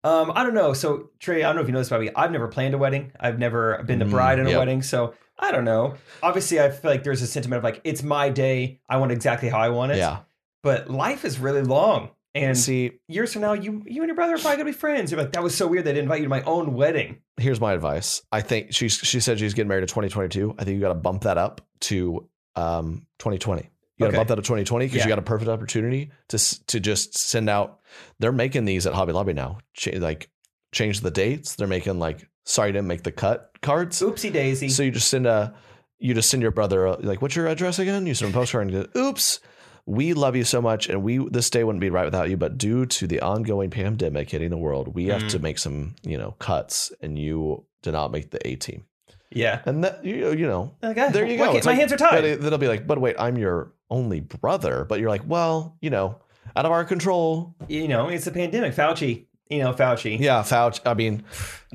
A: Um, I don't know. So Trey, I don't know if you know this about me. I've never planned a wedding. I've never been the
B: Mm,
A: bride in a
B: yep.
A: wedding. So I don't know. Obviously, I feel like there's a sentiment of like it's my day. I want exactly how I want it.
B: yeah
A: But life is really long, and
B: see
A: years from now, you you and your brother are probably gonna be friends. You're like, that was so weird. They didn't invite you to my own wedding.
B: here's my advice i think she's she said she's getting married in 2022 i think you got to bump that up to um 2020 you got to
A: Okay.
B: bump that to 2020 because
A: Yeah.
B: you got a perfect opportunity to s- to just send out. They're making these at Hobby Lobby now. Ch- like change the dates. They're making like sorry I didn't make the cut cards.
A: Oopsie daisy.
B: So you just send a you just send your brother a, like what's your address again? You send a postcard and go, oops. We love you so much, and we this day wouldn't be right without you. But due to the ongoing pandemic hitting the world, we have
A: Mm.
B: to make some you know cuts, and you did not make the A team.
A: yeah.
B: And that you you know
A: Okay.
B: there you
A: Why
B: go.
A: can't-
B: It's
A: my
B: like-
A: hands are tied.
B: But it, will be like, but wait, I'm your only brother. But you're like, well, you know, out of our control.
A: you know, it's a pandemic. Fauci. You know, Fauci.
B: Yeah, Fauci. I mean,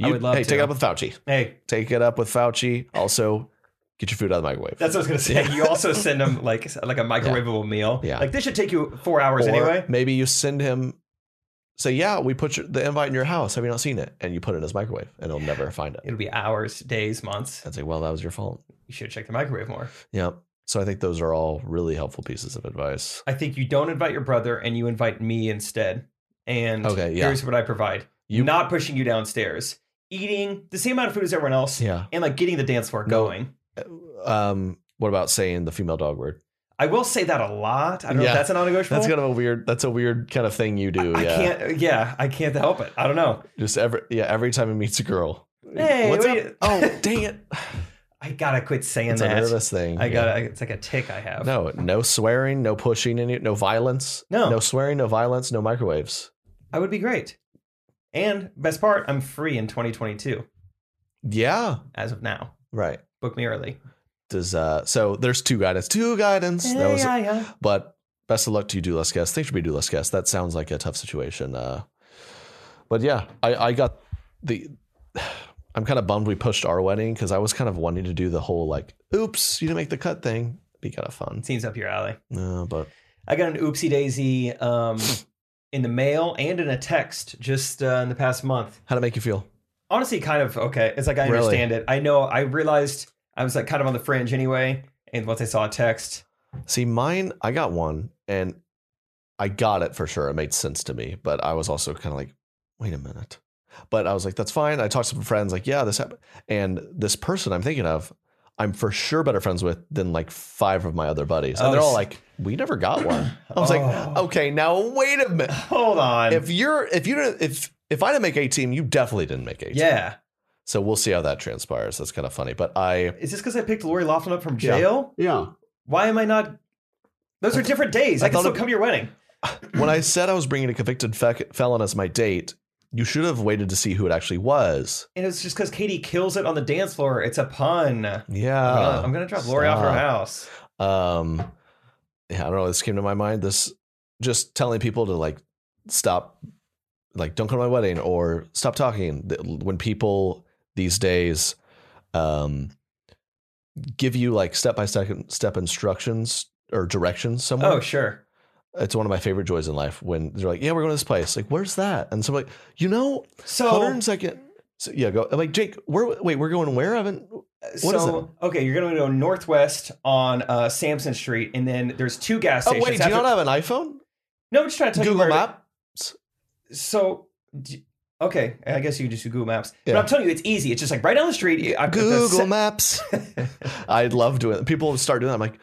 A: I
B: you,
A: would love
B: hey,
A: to.
B: take it up with Fauci.
A: Hey,
B: Take it up with Fauci. Also, get your food out of the microwave.
A: that's what I was gonna say. You also send them like like a microwavable meal.
B: Yeah.
A: Like this should take you four hours
B: Or
A: anyway.
B: Maybe you send him. Say, yeah, we put your, the invite in your house. Have you not seen it? And you put it in his microwave, and he'll
A: *sighs*
B: never find it.
A: It'll be hours, days, months.
B: And say, well, that was your fault.
A: You should check the microwave more.
B: Yeah. So I think those are all really helpful pieces of advice.
A: I think you don't invite your brother and you invite me instead. And
B: Okay, yeah.
A: here's what I provide.
B: You-
A: not pushing you downstairs, eating the same amount of food as everyone else,
B: Yeah.
A: and like getting the dance floor
B: No.
A: going.
B: Um. What about saying the female dog word?
A: I will say that a lot. I don't know
B: Yeah.
A: if that's a non-negotiable.
B: That's kind of a weird. That's a weird kind of thing you do.
A: I
B: yeah.
A: can't. Yeah, I can't help it. I don't know.
B: Just every yeah every time he meets a girl.
A: Hey,
B: what's
A: what *laughs*
B: up?
A: do you-
B: oh, dang it!
A: I gotta quit saying
B: It's a
A: that.
B: nervous thing.
A: I
B: yeah.
A: gotta. It's like a tick I have.
B: No,
A: *laughs*
B: no swearing, no pushing, any, no violence.
A: No.
B: no swearing, no violence, no microwaves.
A: I would be great. And best part, I'm free in 2022
B: Yeah,
A: as of now.
B: right.
A: Book me early.
B: Does uh, so there's two guidance, two guidance. that was,
A: yeah, yeah.
B: but best of luck to you, do less guest. Thanks for being do less guest. That sounds like a tough situation. Uh, but yeah, I, I got the. *sighs* I'm kind of bummed we pushed our wedding because I was kind of wanting to do the whole like, oops, you didn't make the cut thing. Be kind of fun.
A: Seems up your alley.
B: No, but
A: I got an oopsie daisy um, in the mail and in a text just uh, in the past month.
B: how to make you feel?
A: Honestly, kind of okay. It's like I
B: Really?
A: understand it. I know. I realized I was like kind of on the fringe anyway. And once I saw a text,
B: See, mine, I got one and I got it for sure. It made sense to me, but I was also kind of like, wait a minute. But I was like, that's fine. I talked to some friends, like, yeah, this happened. And this person I'm thinking of, I'm for sure better friends with than like five of my other buddies. And
A: Oh,
B: they're all
A: s-
B: like, we
A: *clears throat*
B: never got one. I was like,
A: Oh.
B: okay, now wait a minute.
A: hold on.
B: If you're, if you didn't, if, if I didn't make 18, you definitely didn't make 18.
A: yeah.
B: So we'll see how that transpires. That's kind of funny. But I,
A: Is this because I picked Lori Laughlin up from
B: Yeah.
A: jail?
C: Yeah.
A: Why am I not? Those are different days.
B: I
A: I, can
B: thought
A: still
B: it-
A: come to your wedding.
B: when I said I was bringing a convicted fec- felon as my date, you should have waited to see who it actually was.
A: And it's just because Katie kills it on the dance floor. It's a pun.
B: Yeah,
A: I'm, gonna, I'm gonna drop Lori off her
B: stop.
A: house.
B: Um, yeah, I don't know. This came to my mind. This just telling people to like stop, like don't come to my wedding or stop talking. Th- When people these days, um, give you like step by step step instructions or directions somewhere.
A: Oh sure.
B: It's one of my favorite joys in life when they're like, "Yeah, we're going to this place." Like, where's that? And so like, you know, Hold
A: So
B: on a second. So, yeah, go. I'm like Jake, where? Wait, we're going where? I haven't. What is
A: so okay, you're gonna go northwest on uh, Sampson Street, and then there's two gas
B: Oh
A: stations.
B: wait, do you
A: after-
B: not have an iPhone?
A: No, I'm just trying to tell you
B: Google
A: where.
B: Map.
A: So d- okay, I guess you can just do Google Maps. But
B: Yeah.
A: I'm telling you, it's easy. It's just like right down the street. I- the
B: Google
A: se- *laughs*
B: Maps. I'd love doing. People start doing that. I'm like,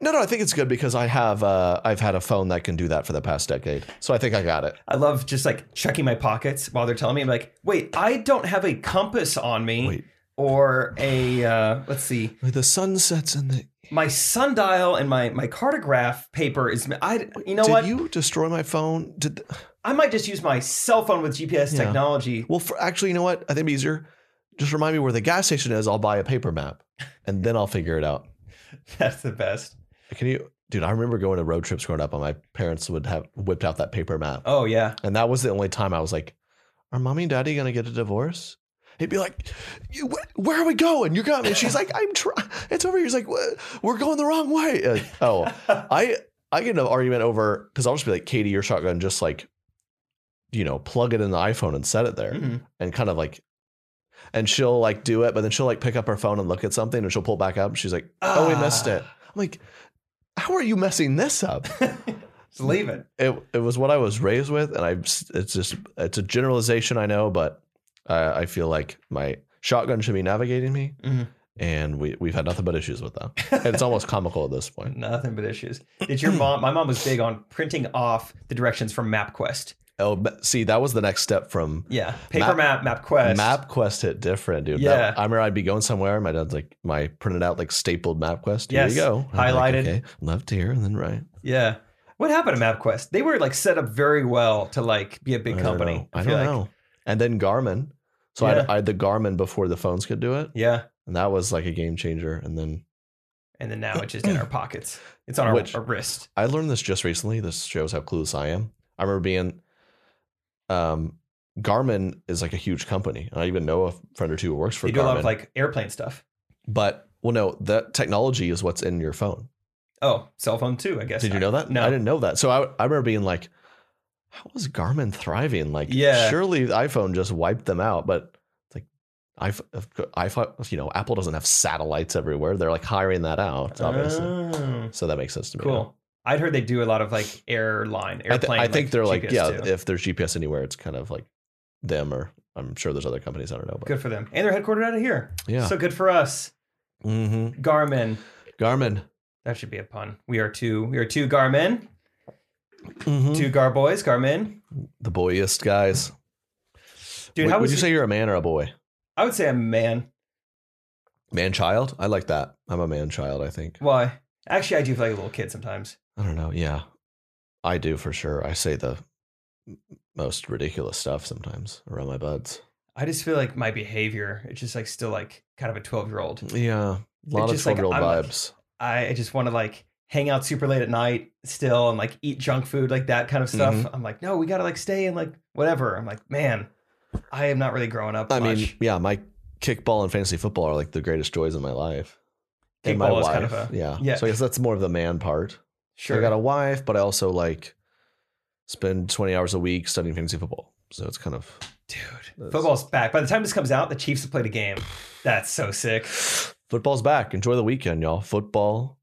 B: no, no. I think it's good because I have. Uh, I've had a phone that can do that for the past decade, so I think I got it.
A: I love just like checking my pockets while they're telling me. I'm like, wait, I don't have a compass on me.
B: Wait.
A: Or a uh, let's see,
B: The sun sets in the.
A: my sundial and my my cartograph paper is I you know
B: Did
A: what
B: you destroy my phone? Did th-
A: I might just use my cell phone with GPS
B: Yeah.
A: technology. *laughs*
B: well? For, actually, you know what? I think it'd be easier. Just remind me where the gas station is. I'll buy a paper map, and then I'll figure it out.
A: That's the best.
B: Can you, dude? I remember going to road trips growing up, and my parents would have whipped out that paper map,
A: Oh yeah.
B: and that was the only time I was like, "Are mommy and daddy gonna get a divorce?" He'd be like, "You- wh- "Where are we going? You got me." She's like, "I'm trying. It's over here." He's like, "What? "We're going the wrong way." Uh,
A: *laughs*
B: oh, I I get in an argument over because I'll just be like, "Katie, your shotgun, just like, you know, plug it in the iPhone and set it there."
A: Mhm.
B: and kind of like and she'll like do it, but then she'll like pick up her phone and look at something and she'll pull it back up and she's like, Oh, we missed
A: Ah.
B: it. I'm like, How are you messing
A: *laughs*
B: this up?
A: Just Ah, leave it.
B: It it was what I was raised with, and I it's just it's a generalization I know, but I, I feel like my shotgun should be navigating me.
A: Mhm.
B: And we, we've had nothing but issues
A: *laughs*
B: with that. And it's almost comical at this point.
A: Nothing but issues. Did
B: *clears throat*
A: your mom? My mom was big on printing off the directions from MapQuest.
B: Oh, but see, that was the next step from
A: Yeah, paper map, MapQuest.
B: MapQuest hit different, dude.
A: Yeah.
B: That- I remember I'd be going somewhere. and My dad's like, my printed out, like stapled MapQuest. Here
A: Yes.
B: you go. I'm
A: Highlighted.
B: Like, okay. Left here and then right.
A: Yeah. What happened to MapQuest? They were like set up very well to like be a big
B: I don't
A: company.
B: know. I
A: feel
B: don't
A: like.
B: know. And then Garmin. So I,
A: Yeah.
B: had, I had the Garmin before the phones could do it.
A: Yeah.
B: And that was like a game changer. And then
A: And then now it's just in
B: *clears throat*
A: our pockets. It's on our,
B: Which-
A: our wrist.
B: I learned this just recently. This shows how clueless I am. I remember being, um, Garmin is like a huge company. I even know a friend or two who works for
A: They
B: Garmin.
A: do a lot of like airplane stuff.
B: but well, no, that technology is what's in your phone.
A: Oh, cell phone too, I guess.
B: Did you know that?
A: No.
B: I didn't know that. So I, I remember being like, how was Garmin thriving? Like,
A: Yeah.
B: surely the iPhone just wiped them out. But it's like, iPhone, iPhone, you know, Apple doesn't have satellites everywhere. They're like hiring that out, obviously.
A: Oh,
B: so that makes sense to me.
A: cool. I'd heard they do a lot of like airline,
B: I, thi-
A: airplane.
B: I think they're like,
A: GPS
B: yeah,
A: too.
B: if there's GPS anywhere, it's kind of like them or I'm sure there's other companies. I don't know. But
A: good for them. And they're headquartered out of here.
B: yeah.
A: So good for us.
B: hmm
A: Garmin.
B: Garmin.
A: That should be a pun. We are two. We are two Garmin.
B: Mhm.
A: Two Gar boys. Garmin.
B: The boyiest guys.
A: Dude,
B: would,
A: how
B: would
A: was
B: you
A: it-
B: say you're a man or a boy?
A: I would say I'm a man.
B: Man child? I like that. I'm a man child, I think.
A: Why? Actually, I do feel like a little kid sometimes.
B: I don't know. Yeah. I do for sure. I say the m- most ridiculous stuff sometimes around my buds.
A: I just feel like my behavior, it's just like still like kind of a 12 year old.
B: Yeah. A lot of
A: just like,
B: 12 year old
A: I'm like-
B: vibes.
A: I I just want to like hang out super late at night still and like eat junk food, like that kind of stuff.
B: Mhm.
A: I'm like, no, we got to like stay and like whatever. I'm like, man, I am not really growing up.
B: I
A: much.
B: mean, yeah, my kickball and fantasy football are like the greatest joys in my life. and my
A: Kickball
B: wife.
A: is kind of a-
B: yeah.
A: yeah.
B: So I guess that's more of the man part.
A: sure.
B: I got a wife, but I also like spend 20 hours a week studying fantasy football. So it's kind of
A: Dude,
B: That's-
A: football's back. By the time this comes out, the Chiefs have played a game. That's so sick.
B: football's back. Enjoy the weekend, y'all. Football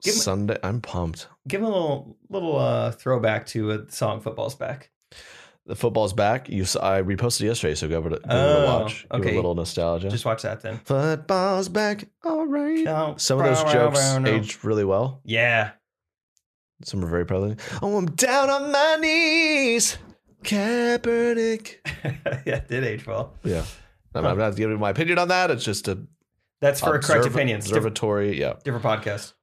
A: Give 'em-
B: Sunday. I'm pumped.
A: Give them a little little uh, throwback to a song "Football's Back."
B: The football's back. You, s- I reposted yesterday, so go over to, go over to
A: Oh,
B: watch. Give it
A: okay.
B: a little nostalgia.
A: Just watch that then.
B: football's back. All right.
A: No,
B: Some of
A: wow,
B: those
A: wow,
B: jokes
A: wow, no.
B: aged really well.
A: Yeah, *laughs*
B: Some are very prevalent. Oh, I'm down on my knees, Kaepernick.
A: yeah, it did age well.
B: Yeah, I'm, I'm not giving my opinion on that. It's just a
A: That's for a correct
B: observ-
A: opinion. It's different,
B: Observatory. Yeah.
A: different podcast.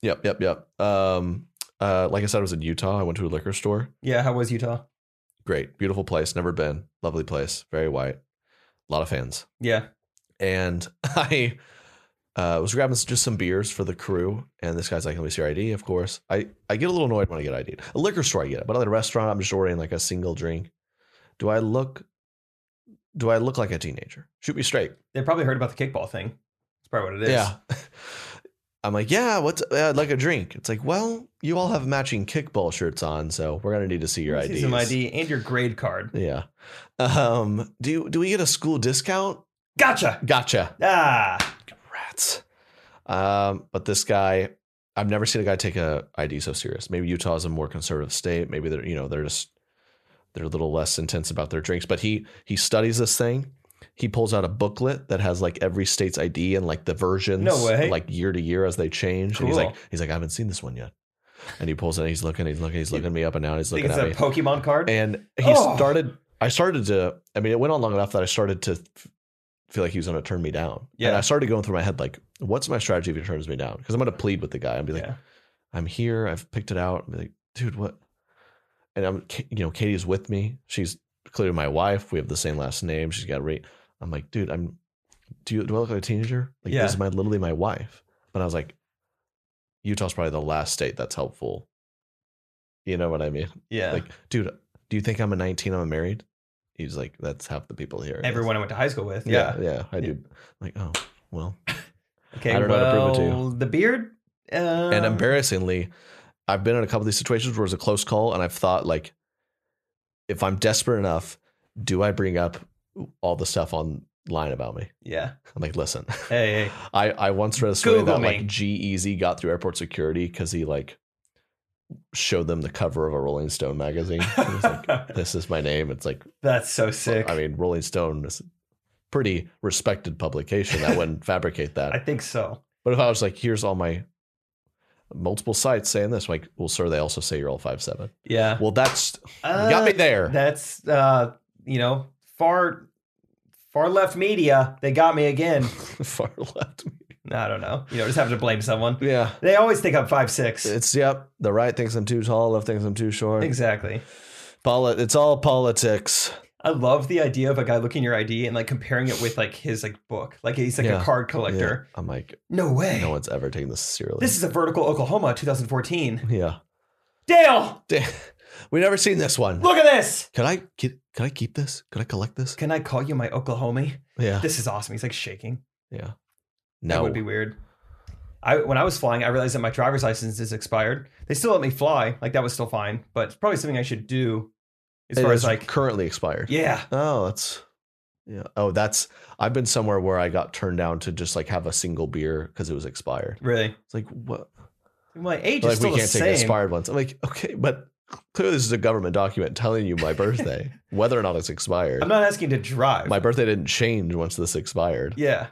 B: Yep, yep, yep. Um, uh, like I said, I was in Utah. I went to a liquor store.
A: Yeah, how was Utah?
B: Great, beautiful place. Never been. Lovely place. Very white. A lot of fans.
A: Yeah,
B: And *laughs* I uh, was grabbing just some beers for the crew. And this guy's like, "Let me see your ID." Of course, I I get a little annoyed when I get ID'd. A liquor store, I get it, but at a restaurant, I'm just ordering like a single drink. Do I look? Do I look like a teenager? Shoot me straight.
A: they probably heard about the kickball thing. That's probably what it is.
B: Yeah. *laughs* I'm like, yeah, what's uh, I'd like a drink? It's like, well, you all have matching kickball shirts on, so we're gonna need to see your
A: Let me
B: IDs.
A: see some ID and your grade card.
B: Yeah. Um, do you, do we get a school discount?
A: Gotcha.
B: Gotcha.
A: Ah,
B: Rats. Um, but this guy, I've never seen a guy take a ID so serious. Maybe Utah's a more conservative state. Maybe they're you know they're just they're a little less intense about their drinks. But he he studies this thing. He pulls out a booklet that has like every state's ID and like the versions,
A: No way.
B: like year to year as they change. And he's
A: Cool.
B: like he's like I haven't seen this one yet. And he pulls it. And he's looking. He's looking. He's looking me up and down. He's
A: think
B: looking
A: it's
B: at
A: a
B: me.
A: Pokemon card.
B: And he
A: Oh.
B: started. I started to. I mean, it went on long enough that I started to f- feel like he was going to turn me down. And
A: Yeah.
B: I started going through my head like, what's my strategy if he turns me down? Because I'm going to plead with the guy and be like,
A: Yeah.
B: I'm here. I've picked it out. I'm like, dude, what? And I'm, Ka- you know, Katie's with me. She's clearly my wife. We have the same last name. She's got rate. I'm like, dude, I'm. Do you do I look like a teenager? Like
A: Yeah.
B: this is my literally my wife. But I was like, Utah's probably the last state that's helpful. You know what I mean?
A: yeah.
B: Like, dude, do you think I'm a 19? I'm married. He's like, that's half the people here. I guess."
A: Everyone I went to high school with.
B: Yeah,
A: Yeah.
B: yeah, I
A: Yeah.
B: do. Like, oh, well.
A: Okay.
B: I don't know how to
A: well,
B: prove it to you.
A: the beard. Uh,
B: and embarrassingly, I've been in a couple of these situations where it's a close call, and I've thought like, if I'm desperate enough, do I bring up all the stuff online about me?
A: Yeah.
B: I'm like, listen, *laughs*
A: Hey. hey.
B: I I once read a story
A: Google
B: that
A: me.
B: like G Easy got through airport security because he like showed them the cover of a Rolling Stone magazine. He was like, this is my name. It's like
A: *laughs* That's so sick.
B: I mean, Rolling Stone is a pretty respected publication.
A: *laughs*
B: I wouldn't fabricate
A: I
B: that.
A: think so.
B: But if I was like, here's all my multiple sites saying this, like, well, sir, they also say you're all five seven.
A: Yeah.
B: Well, that's *laughs*
A: Uh,
B: got me there.
A: That's uh, you know, far far left media. They got me
B: *laughs*
A: again.
B: Far left.
A: I don't know. You know, just have to blame someone.
B: Yeah.
A: They always think I'm five six.
B: It's yep. The right thinks I'm too tall. Left thinks I'm too short.
A: Exactly.
B: Poli- it's all politics.
A: I love the idea of a guy looking at your ID and like comparing it with like his like book. Like he's like a
B: Yeah.
A: card
B: Yeah.
A: collector.
B: I'm like,
A: No way.
B: no one's ever taken this seriously.
A: This is a vertical Oklahoma 2014.
B: *laughs* yeah.
A: Dale,
B: Damn. We never seen this one.
A: look at this.
B: Could I get? Could I keep this? Could I collect this?
A: Can I call you my Oklahoma?
B: Yeah.
A: This is awesome. He's like shaking.
B: yeah.
A: That
B: No.
A: would be weird. I when I was flying, I realized that my driver's license is expired. They still let me fly, like that was still fine, but it's probably something I should do as
B: It
A: far
B: is
A: as like
B: currently expired.
A: yeah,
B: Oh, that's yeah. Oh, that's I've been somewhere where I got turned down to just like have a single beer because it was expired.
A: really.
B: It's like what?
A: My age
B: Like
A: is still
B: we can't
A: the
B: take
A: same.
B: expired ones. I'm like, okay, but clearly this is a government document telling you my birthday,
A: *laughs*
B: whether or not it's expired.
A: I'm not asking to drive.
B: my birthday didn't change once this expired.
A: yeah.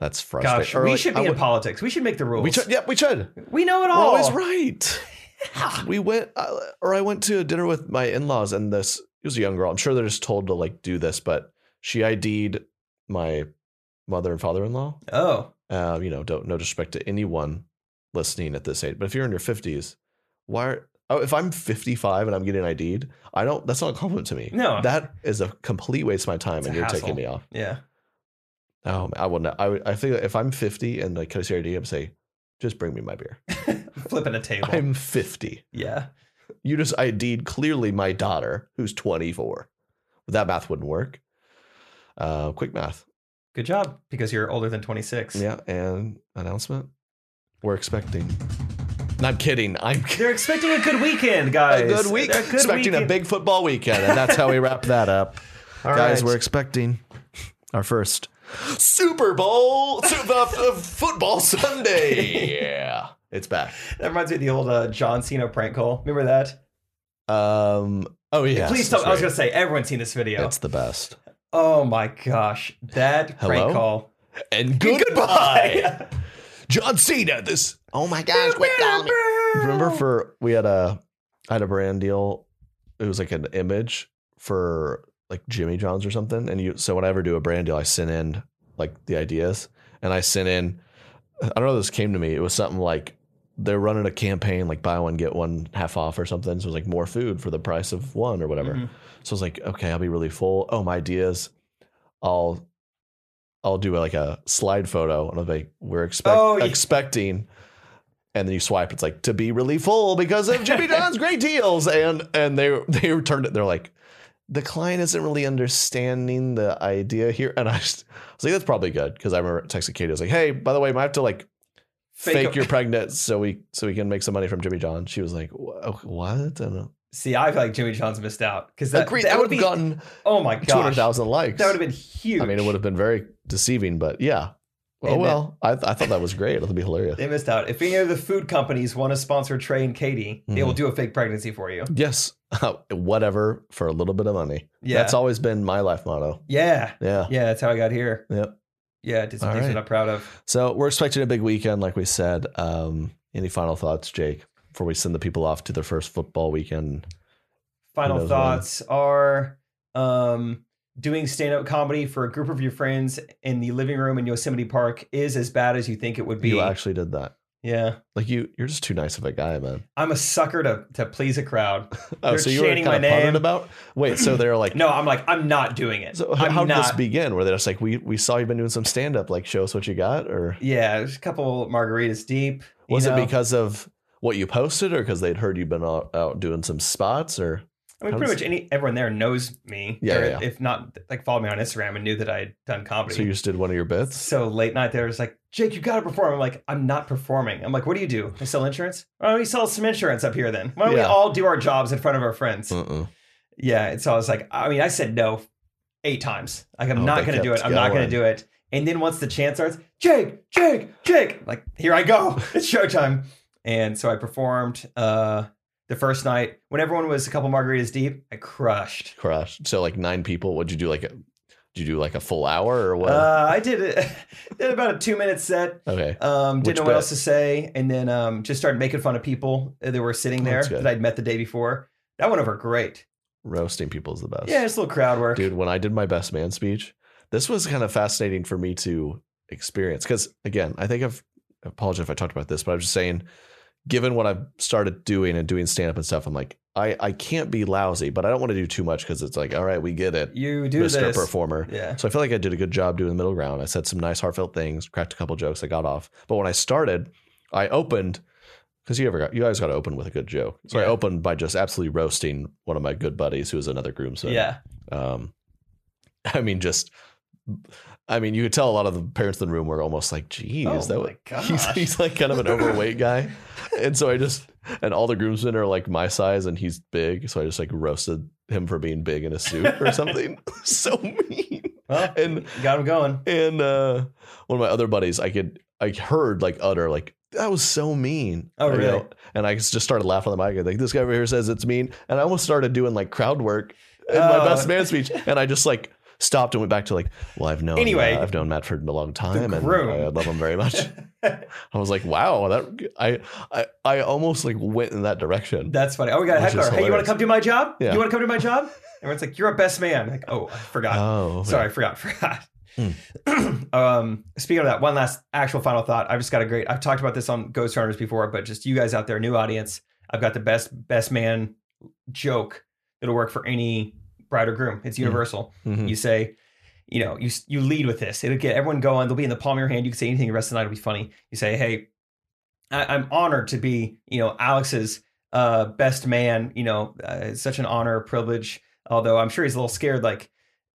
B: That's frustrating.
A: Gosh,
B: Or,
A: we
B: like,
A: should be
B: I
A: in
B: would-
A: politics. We should make the rules.
B: We should. Yep, we should.
A: We know it
B: We're
A: all. *laughs*
B: always right. we went, I- or I went to dinner with my in laws, and this it was a young girl. I'm sure they're just told to like do this, but she ID'd my mother and father in law.
A: Oh,
B: Uh, you know, don't no disrespect to anyone listening at this age, but if you're in your fifties, why? Are, oh, if I'm 55 and I'm getting ID'd, I don't. That's not a compliment to me.
A: No.
B: that is a complete waste of my time,
A: It's a
B: and you're
A: hassle.
B: taking me off.
A: yeah.
B: Oh, man, I will not. I would- I think if I'm 50 and like, can I see your ID? I'm say, just bring me my beer.
A: Flipping a table.
B: I'm 50.
A: yeah.
B: You just ID'd clearly my daughter, who's 24. That math wouldn't work. Uh, quick math.
A: Good job because you're older than 26.
B: Yeah, and announcement. We're expecting. And I'm kidding. I'm
A: *laughs*
B: kidding. *laughs*
A: They're expecting a good weekend, guys.
B: A good week.
A: A good
B: expecting a
A: weekend.
B: big football weekend, and that's how we wrap that up,
A: *laughs* All
B: guys.
A: right.
B: We're expecting our first Super Bowl, Su- the f- football Sunday.
A: *laughs*
B: Yeah, it's back.
A: That reminds me of the old uh, John Cena prank call. Remember that?
B: Um. Oh yeah.
A: Please tell. I was gonna say everyone's seen this video.
B: It's the best.
A: oh my gosh, that prank
B: Hello?
A: call.
B: And goodbye, *laughs* John Cena. This. Oh my gosh! Quit calling me. Remember for we had a I had a brand deal. It was like an image for like Jimmy John's or something. And you so whenever I do a brand deal, I send in like the ideas and I sent in I don't know if this came to me. It was something like they're running a campaign like buy one get one half off or something. So it was like more food for the price of one or whatever.
A: Mhm.
B: So I was like, okay, I'll be really full. Oh, my ideas. I'll I'll do like a slide photo and I'll be like, we're expect-
A: Oh, yeah.
B: expecting and then you swipe it's like to be really full because of
A: *laughs*
B: Jimmy John's great deals and and they they returned it they're like the client isn't really understanding the idea here and I, just, I was like that's probably good because I remember texting Katie I was like hey by the way I have to like
A: Fake
B: fake,
A: a- *laughs*
B: you're pregnant so we so we can make some money from Jimmy John she was like "Wha- oh, what I don't know
A: See, I feel like Jimmy John's missed out because that,
B: Agreed,
A: that would
B: would've
A: be.
B: gotten
A: oh my
B: *laughs* two hundred
A: gosh, that
B: thousand likes
A: would have been huge.
B: I mean it would have been very deceiving but yeah oh
A: Amen.
B: well I, I thought that was great it'll be hilarious
A: They missed out. If any of the food companies want to sponsor Trey and Katie, they
B: Mm-hmm.
A: will do a fake pregnancy for you.
B: Yes. *laughs* Whatever for a little bit of money.
A: Yeah.
B: That's always been my life motto.
A: Yeah,
B: Yeah.
A: yeah, that's how I got here.
B: Yep.
A: Yeah, I did some
B: All
A: things
B: right.
A: that I'm proud of.
B: So we're expecting a big weekend, like we said. Um, any final thoughts, Jake, before we send the people off to their first football weekend?
A: Final
B: knows
A: thoughts are um, doing stand up comedy for a group of your friends in the living room in Yosemite Park is as bad as you think it would be.
B: You actually did that.
A: yeah.
B: Like you, you're just too nice of a
A: *laughs*
B: guy, man.
A: I'm a sucker to, to please a crowd.
B: Oh,
A: They're
B: so you were
A: chanting
B: kind
A: my
B: of punted
A: name.
B: about. Wait, so they're
A: *laughs*
B: like,
A: No, I'm like, I'm not doing it.
B: So how,
A: I'm
B: how did this
A: not-
B: begin? Were they just like, we we saw you've been doing some stand up, like show us what you got, or
A: Yeah, there's a couple margaritas deep. you
B: was
A: know?
B: it because of what you posted, or because they'd heard you'd been out, out doing some spots, or
A: I mean,
B: How
A: pretty
B: does-
A: much any everyone there knows me.
B: Yeah,
A: or
B: yeah, yeah.
A: If not, like follow me on Instagram and knew that I had done comedy.
B: so you just did one of your bits?
A: So late night, they was like, Jake, you got to perform. I'm like, I'm not performing. I'm like, what do you do? I sell insurance. Why don't we sell some insurance up here then? Why don't we
B: Yeah.
A: all do our jobs in front of our friends?
B: Uh-uh.
A: Yeah. And so I was like, I mean, I said no eight times. Like, I'm
B: Oh,
A: not
B: they
A: going to do it.
B: kept
A: I'm not going
B: going.
A: to do it. And then once the chant starts, Jake, Jake, Jake, like, here I go. *laughs* It's showtime. And so I performed uh, the first night when everyone was a couple margaritas deep. I crushed.
B: crushed. So like nine people. What'd you do? Like, a, did you do like a full hour or what?
A: Uh, I did, it, *laughs* did about a two minute set.
B: okay.
A: Um,
B: Which
A: didn't know
B: bit?
A: what else to say, and then um, just started making fun of people that were sitting there
B: That's good.
A: that I'd met the day before. That went over great.
B: Roasting people is the best.
A: Yeah, just a little crowd work.
B: Dude, when I did my best man speech, this was kind of fascinating for me to experience. Because again, I think I've I apologize if I talked about this, but I was just saying, given what I've started doing and doing stand up and stuff, I'm like, I, I can't be lousy, but I don't want to do too much because it's like, all right, we get it.
A: you do
B: Mr.
A: this.
B: Performer.
A: Yeah.
B: So I feel like I did a good job doing the middle ground. I said some nice heartfelt things, cracked a couple jokes, I got off. But when I started, I opened because you ever got you always got to open with a good joke. So I
A: Yeah.
B: opened by just absolutely roasting one of my good buddies who was another groomsman.
A: yeah.
B: Um, I mean, just I mean, you could tell a lot of the parents in the room were almost like, "Geez,
A: Oh my
B: that was *laughs* he's,
A: gosh.
B: he's like kind of an overweight
A: *laughs*
B: guy," and so I just and all the groomsmen are like my size and he's big, so I just like roasted him for being big in a suit
A: *laughs*
B: or something. *laughs* so mean.
A: Well,
B: And-
A: got him going.
B: And uh, one of my other buddies, I could I heard like utter like that was so mean.
A: Oh,
B: You
A: really?
B: know? And I just started laughing on the mic. Like this guy over here says it's mean, and I almost started doing like crowd work in my
A: Oh.
B: best man speech, and I just like stopped and went back to like, well, I've known
A: Anyway,
B: uh, I've known Matt for a long time, and
A: groom.
B: I love him
A: *laughs*
B: very much. I was like, wow, that I I I almost like went in that direction.
A: That's funny. Oh, we got a
B: Which is
A: heckler. Hey, you want
B: hilarious.
A: to come do my job?
B: Yeah.
A: You want to come do my job? Everyone's like, you're a best man. Like, oh, I forgot. *laughs*
B: oh, Hmm.
A: Sorry, I forgot. Forgot. *clears throat* um, speaking of that, one last actual final thought. I've just got a great. I've talked about this on Ghost Runners before, but just you guys out there, new audience, I've got the best best man joke that'll work for any bride or groom. It's universal.
B: Mhm.
A: You say, you know, you you lead with this. It'll get everyone going. They'll be in the palm of your hand. You can say anything the rest of the night. It'll be funny. You say, hey, I, I'm honored to be, you know, Alex's uh, best man. You know, uh, it's such an honor, privilege. Although I'm sure he's a little scared. Like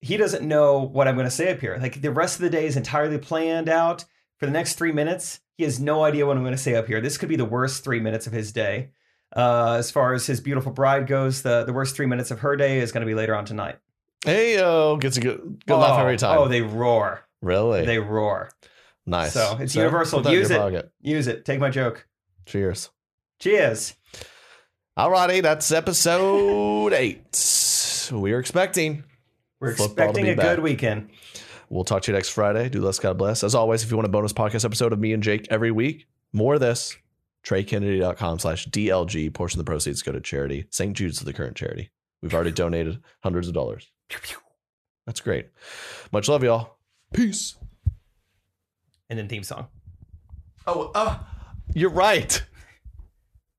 A: he doesn't know what I'm going to say up here. Like the rest of the day is entirely planned out for the next three minutes. He has no idea what I'm going to say up here. This could be the worst three minutes of his day. Uh, as far as his beautiful bride goes, the, the worst three minutes of her day is going to be later on tonight.
B: Hey yo, gets a good good laugh every time.
A: Oh, they roar.
B: really
A: They roar.
B: nice.
A: so it's
B: So,
A: universal.
B: put that in
A: Use
B: your
A: it.
B: pocket.
A: Use it. Take my joke.
B: Cheers.
A: Cheers.
B: Alrighty, that's episode eight. We are expecting.
A: We're
B: Football to
A: expecting
B: be
A: a
B: back.
A: good weekend.
B: We'll talk to you next Friday. Do less, God bless. As always, if you want a bonus podcast episode of me and Jake every week, more of this, TreyKennedy.com slash DLG. Portion of the proceeds go to charity. St. Jude's is the current charity. We've already donated hundreds of dollars. That's great. Much love, y'all. Peace.
A: And then theme song.
B: Oh, uh, you're right. *laughs*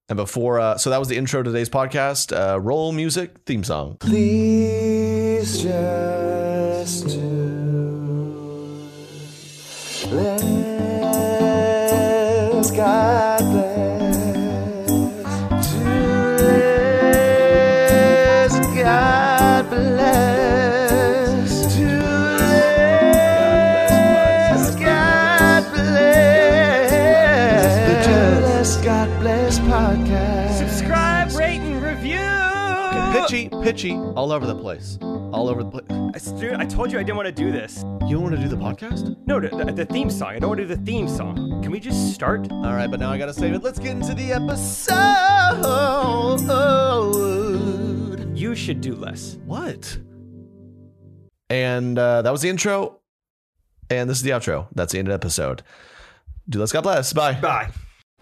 B: And before, uh, so that was the intro to today's podcast. Uh, roll music theme song.
C: Please just do. Let's God bless. To let's God bless. To let's God bless. The To Let's God Bless podcast.
A: Subscribe, rate, and review.
B: Pitchy, pitchy, all over the place. All over the place.
A: I, stu- I told you I didn't want to do this.
B: You want to do the podcast?
A: No, the, the theme song. I don't want to do the theme song. Can we just start?
B: All right, but now I got to save it. Let's get into the episode.
A: You should do less.
B: What? And uh, that was the intro. And this is the outro. That's the end of the episode. Do let's God bless. Bye.
A: Bye.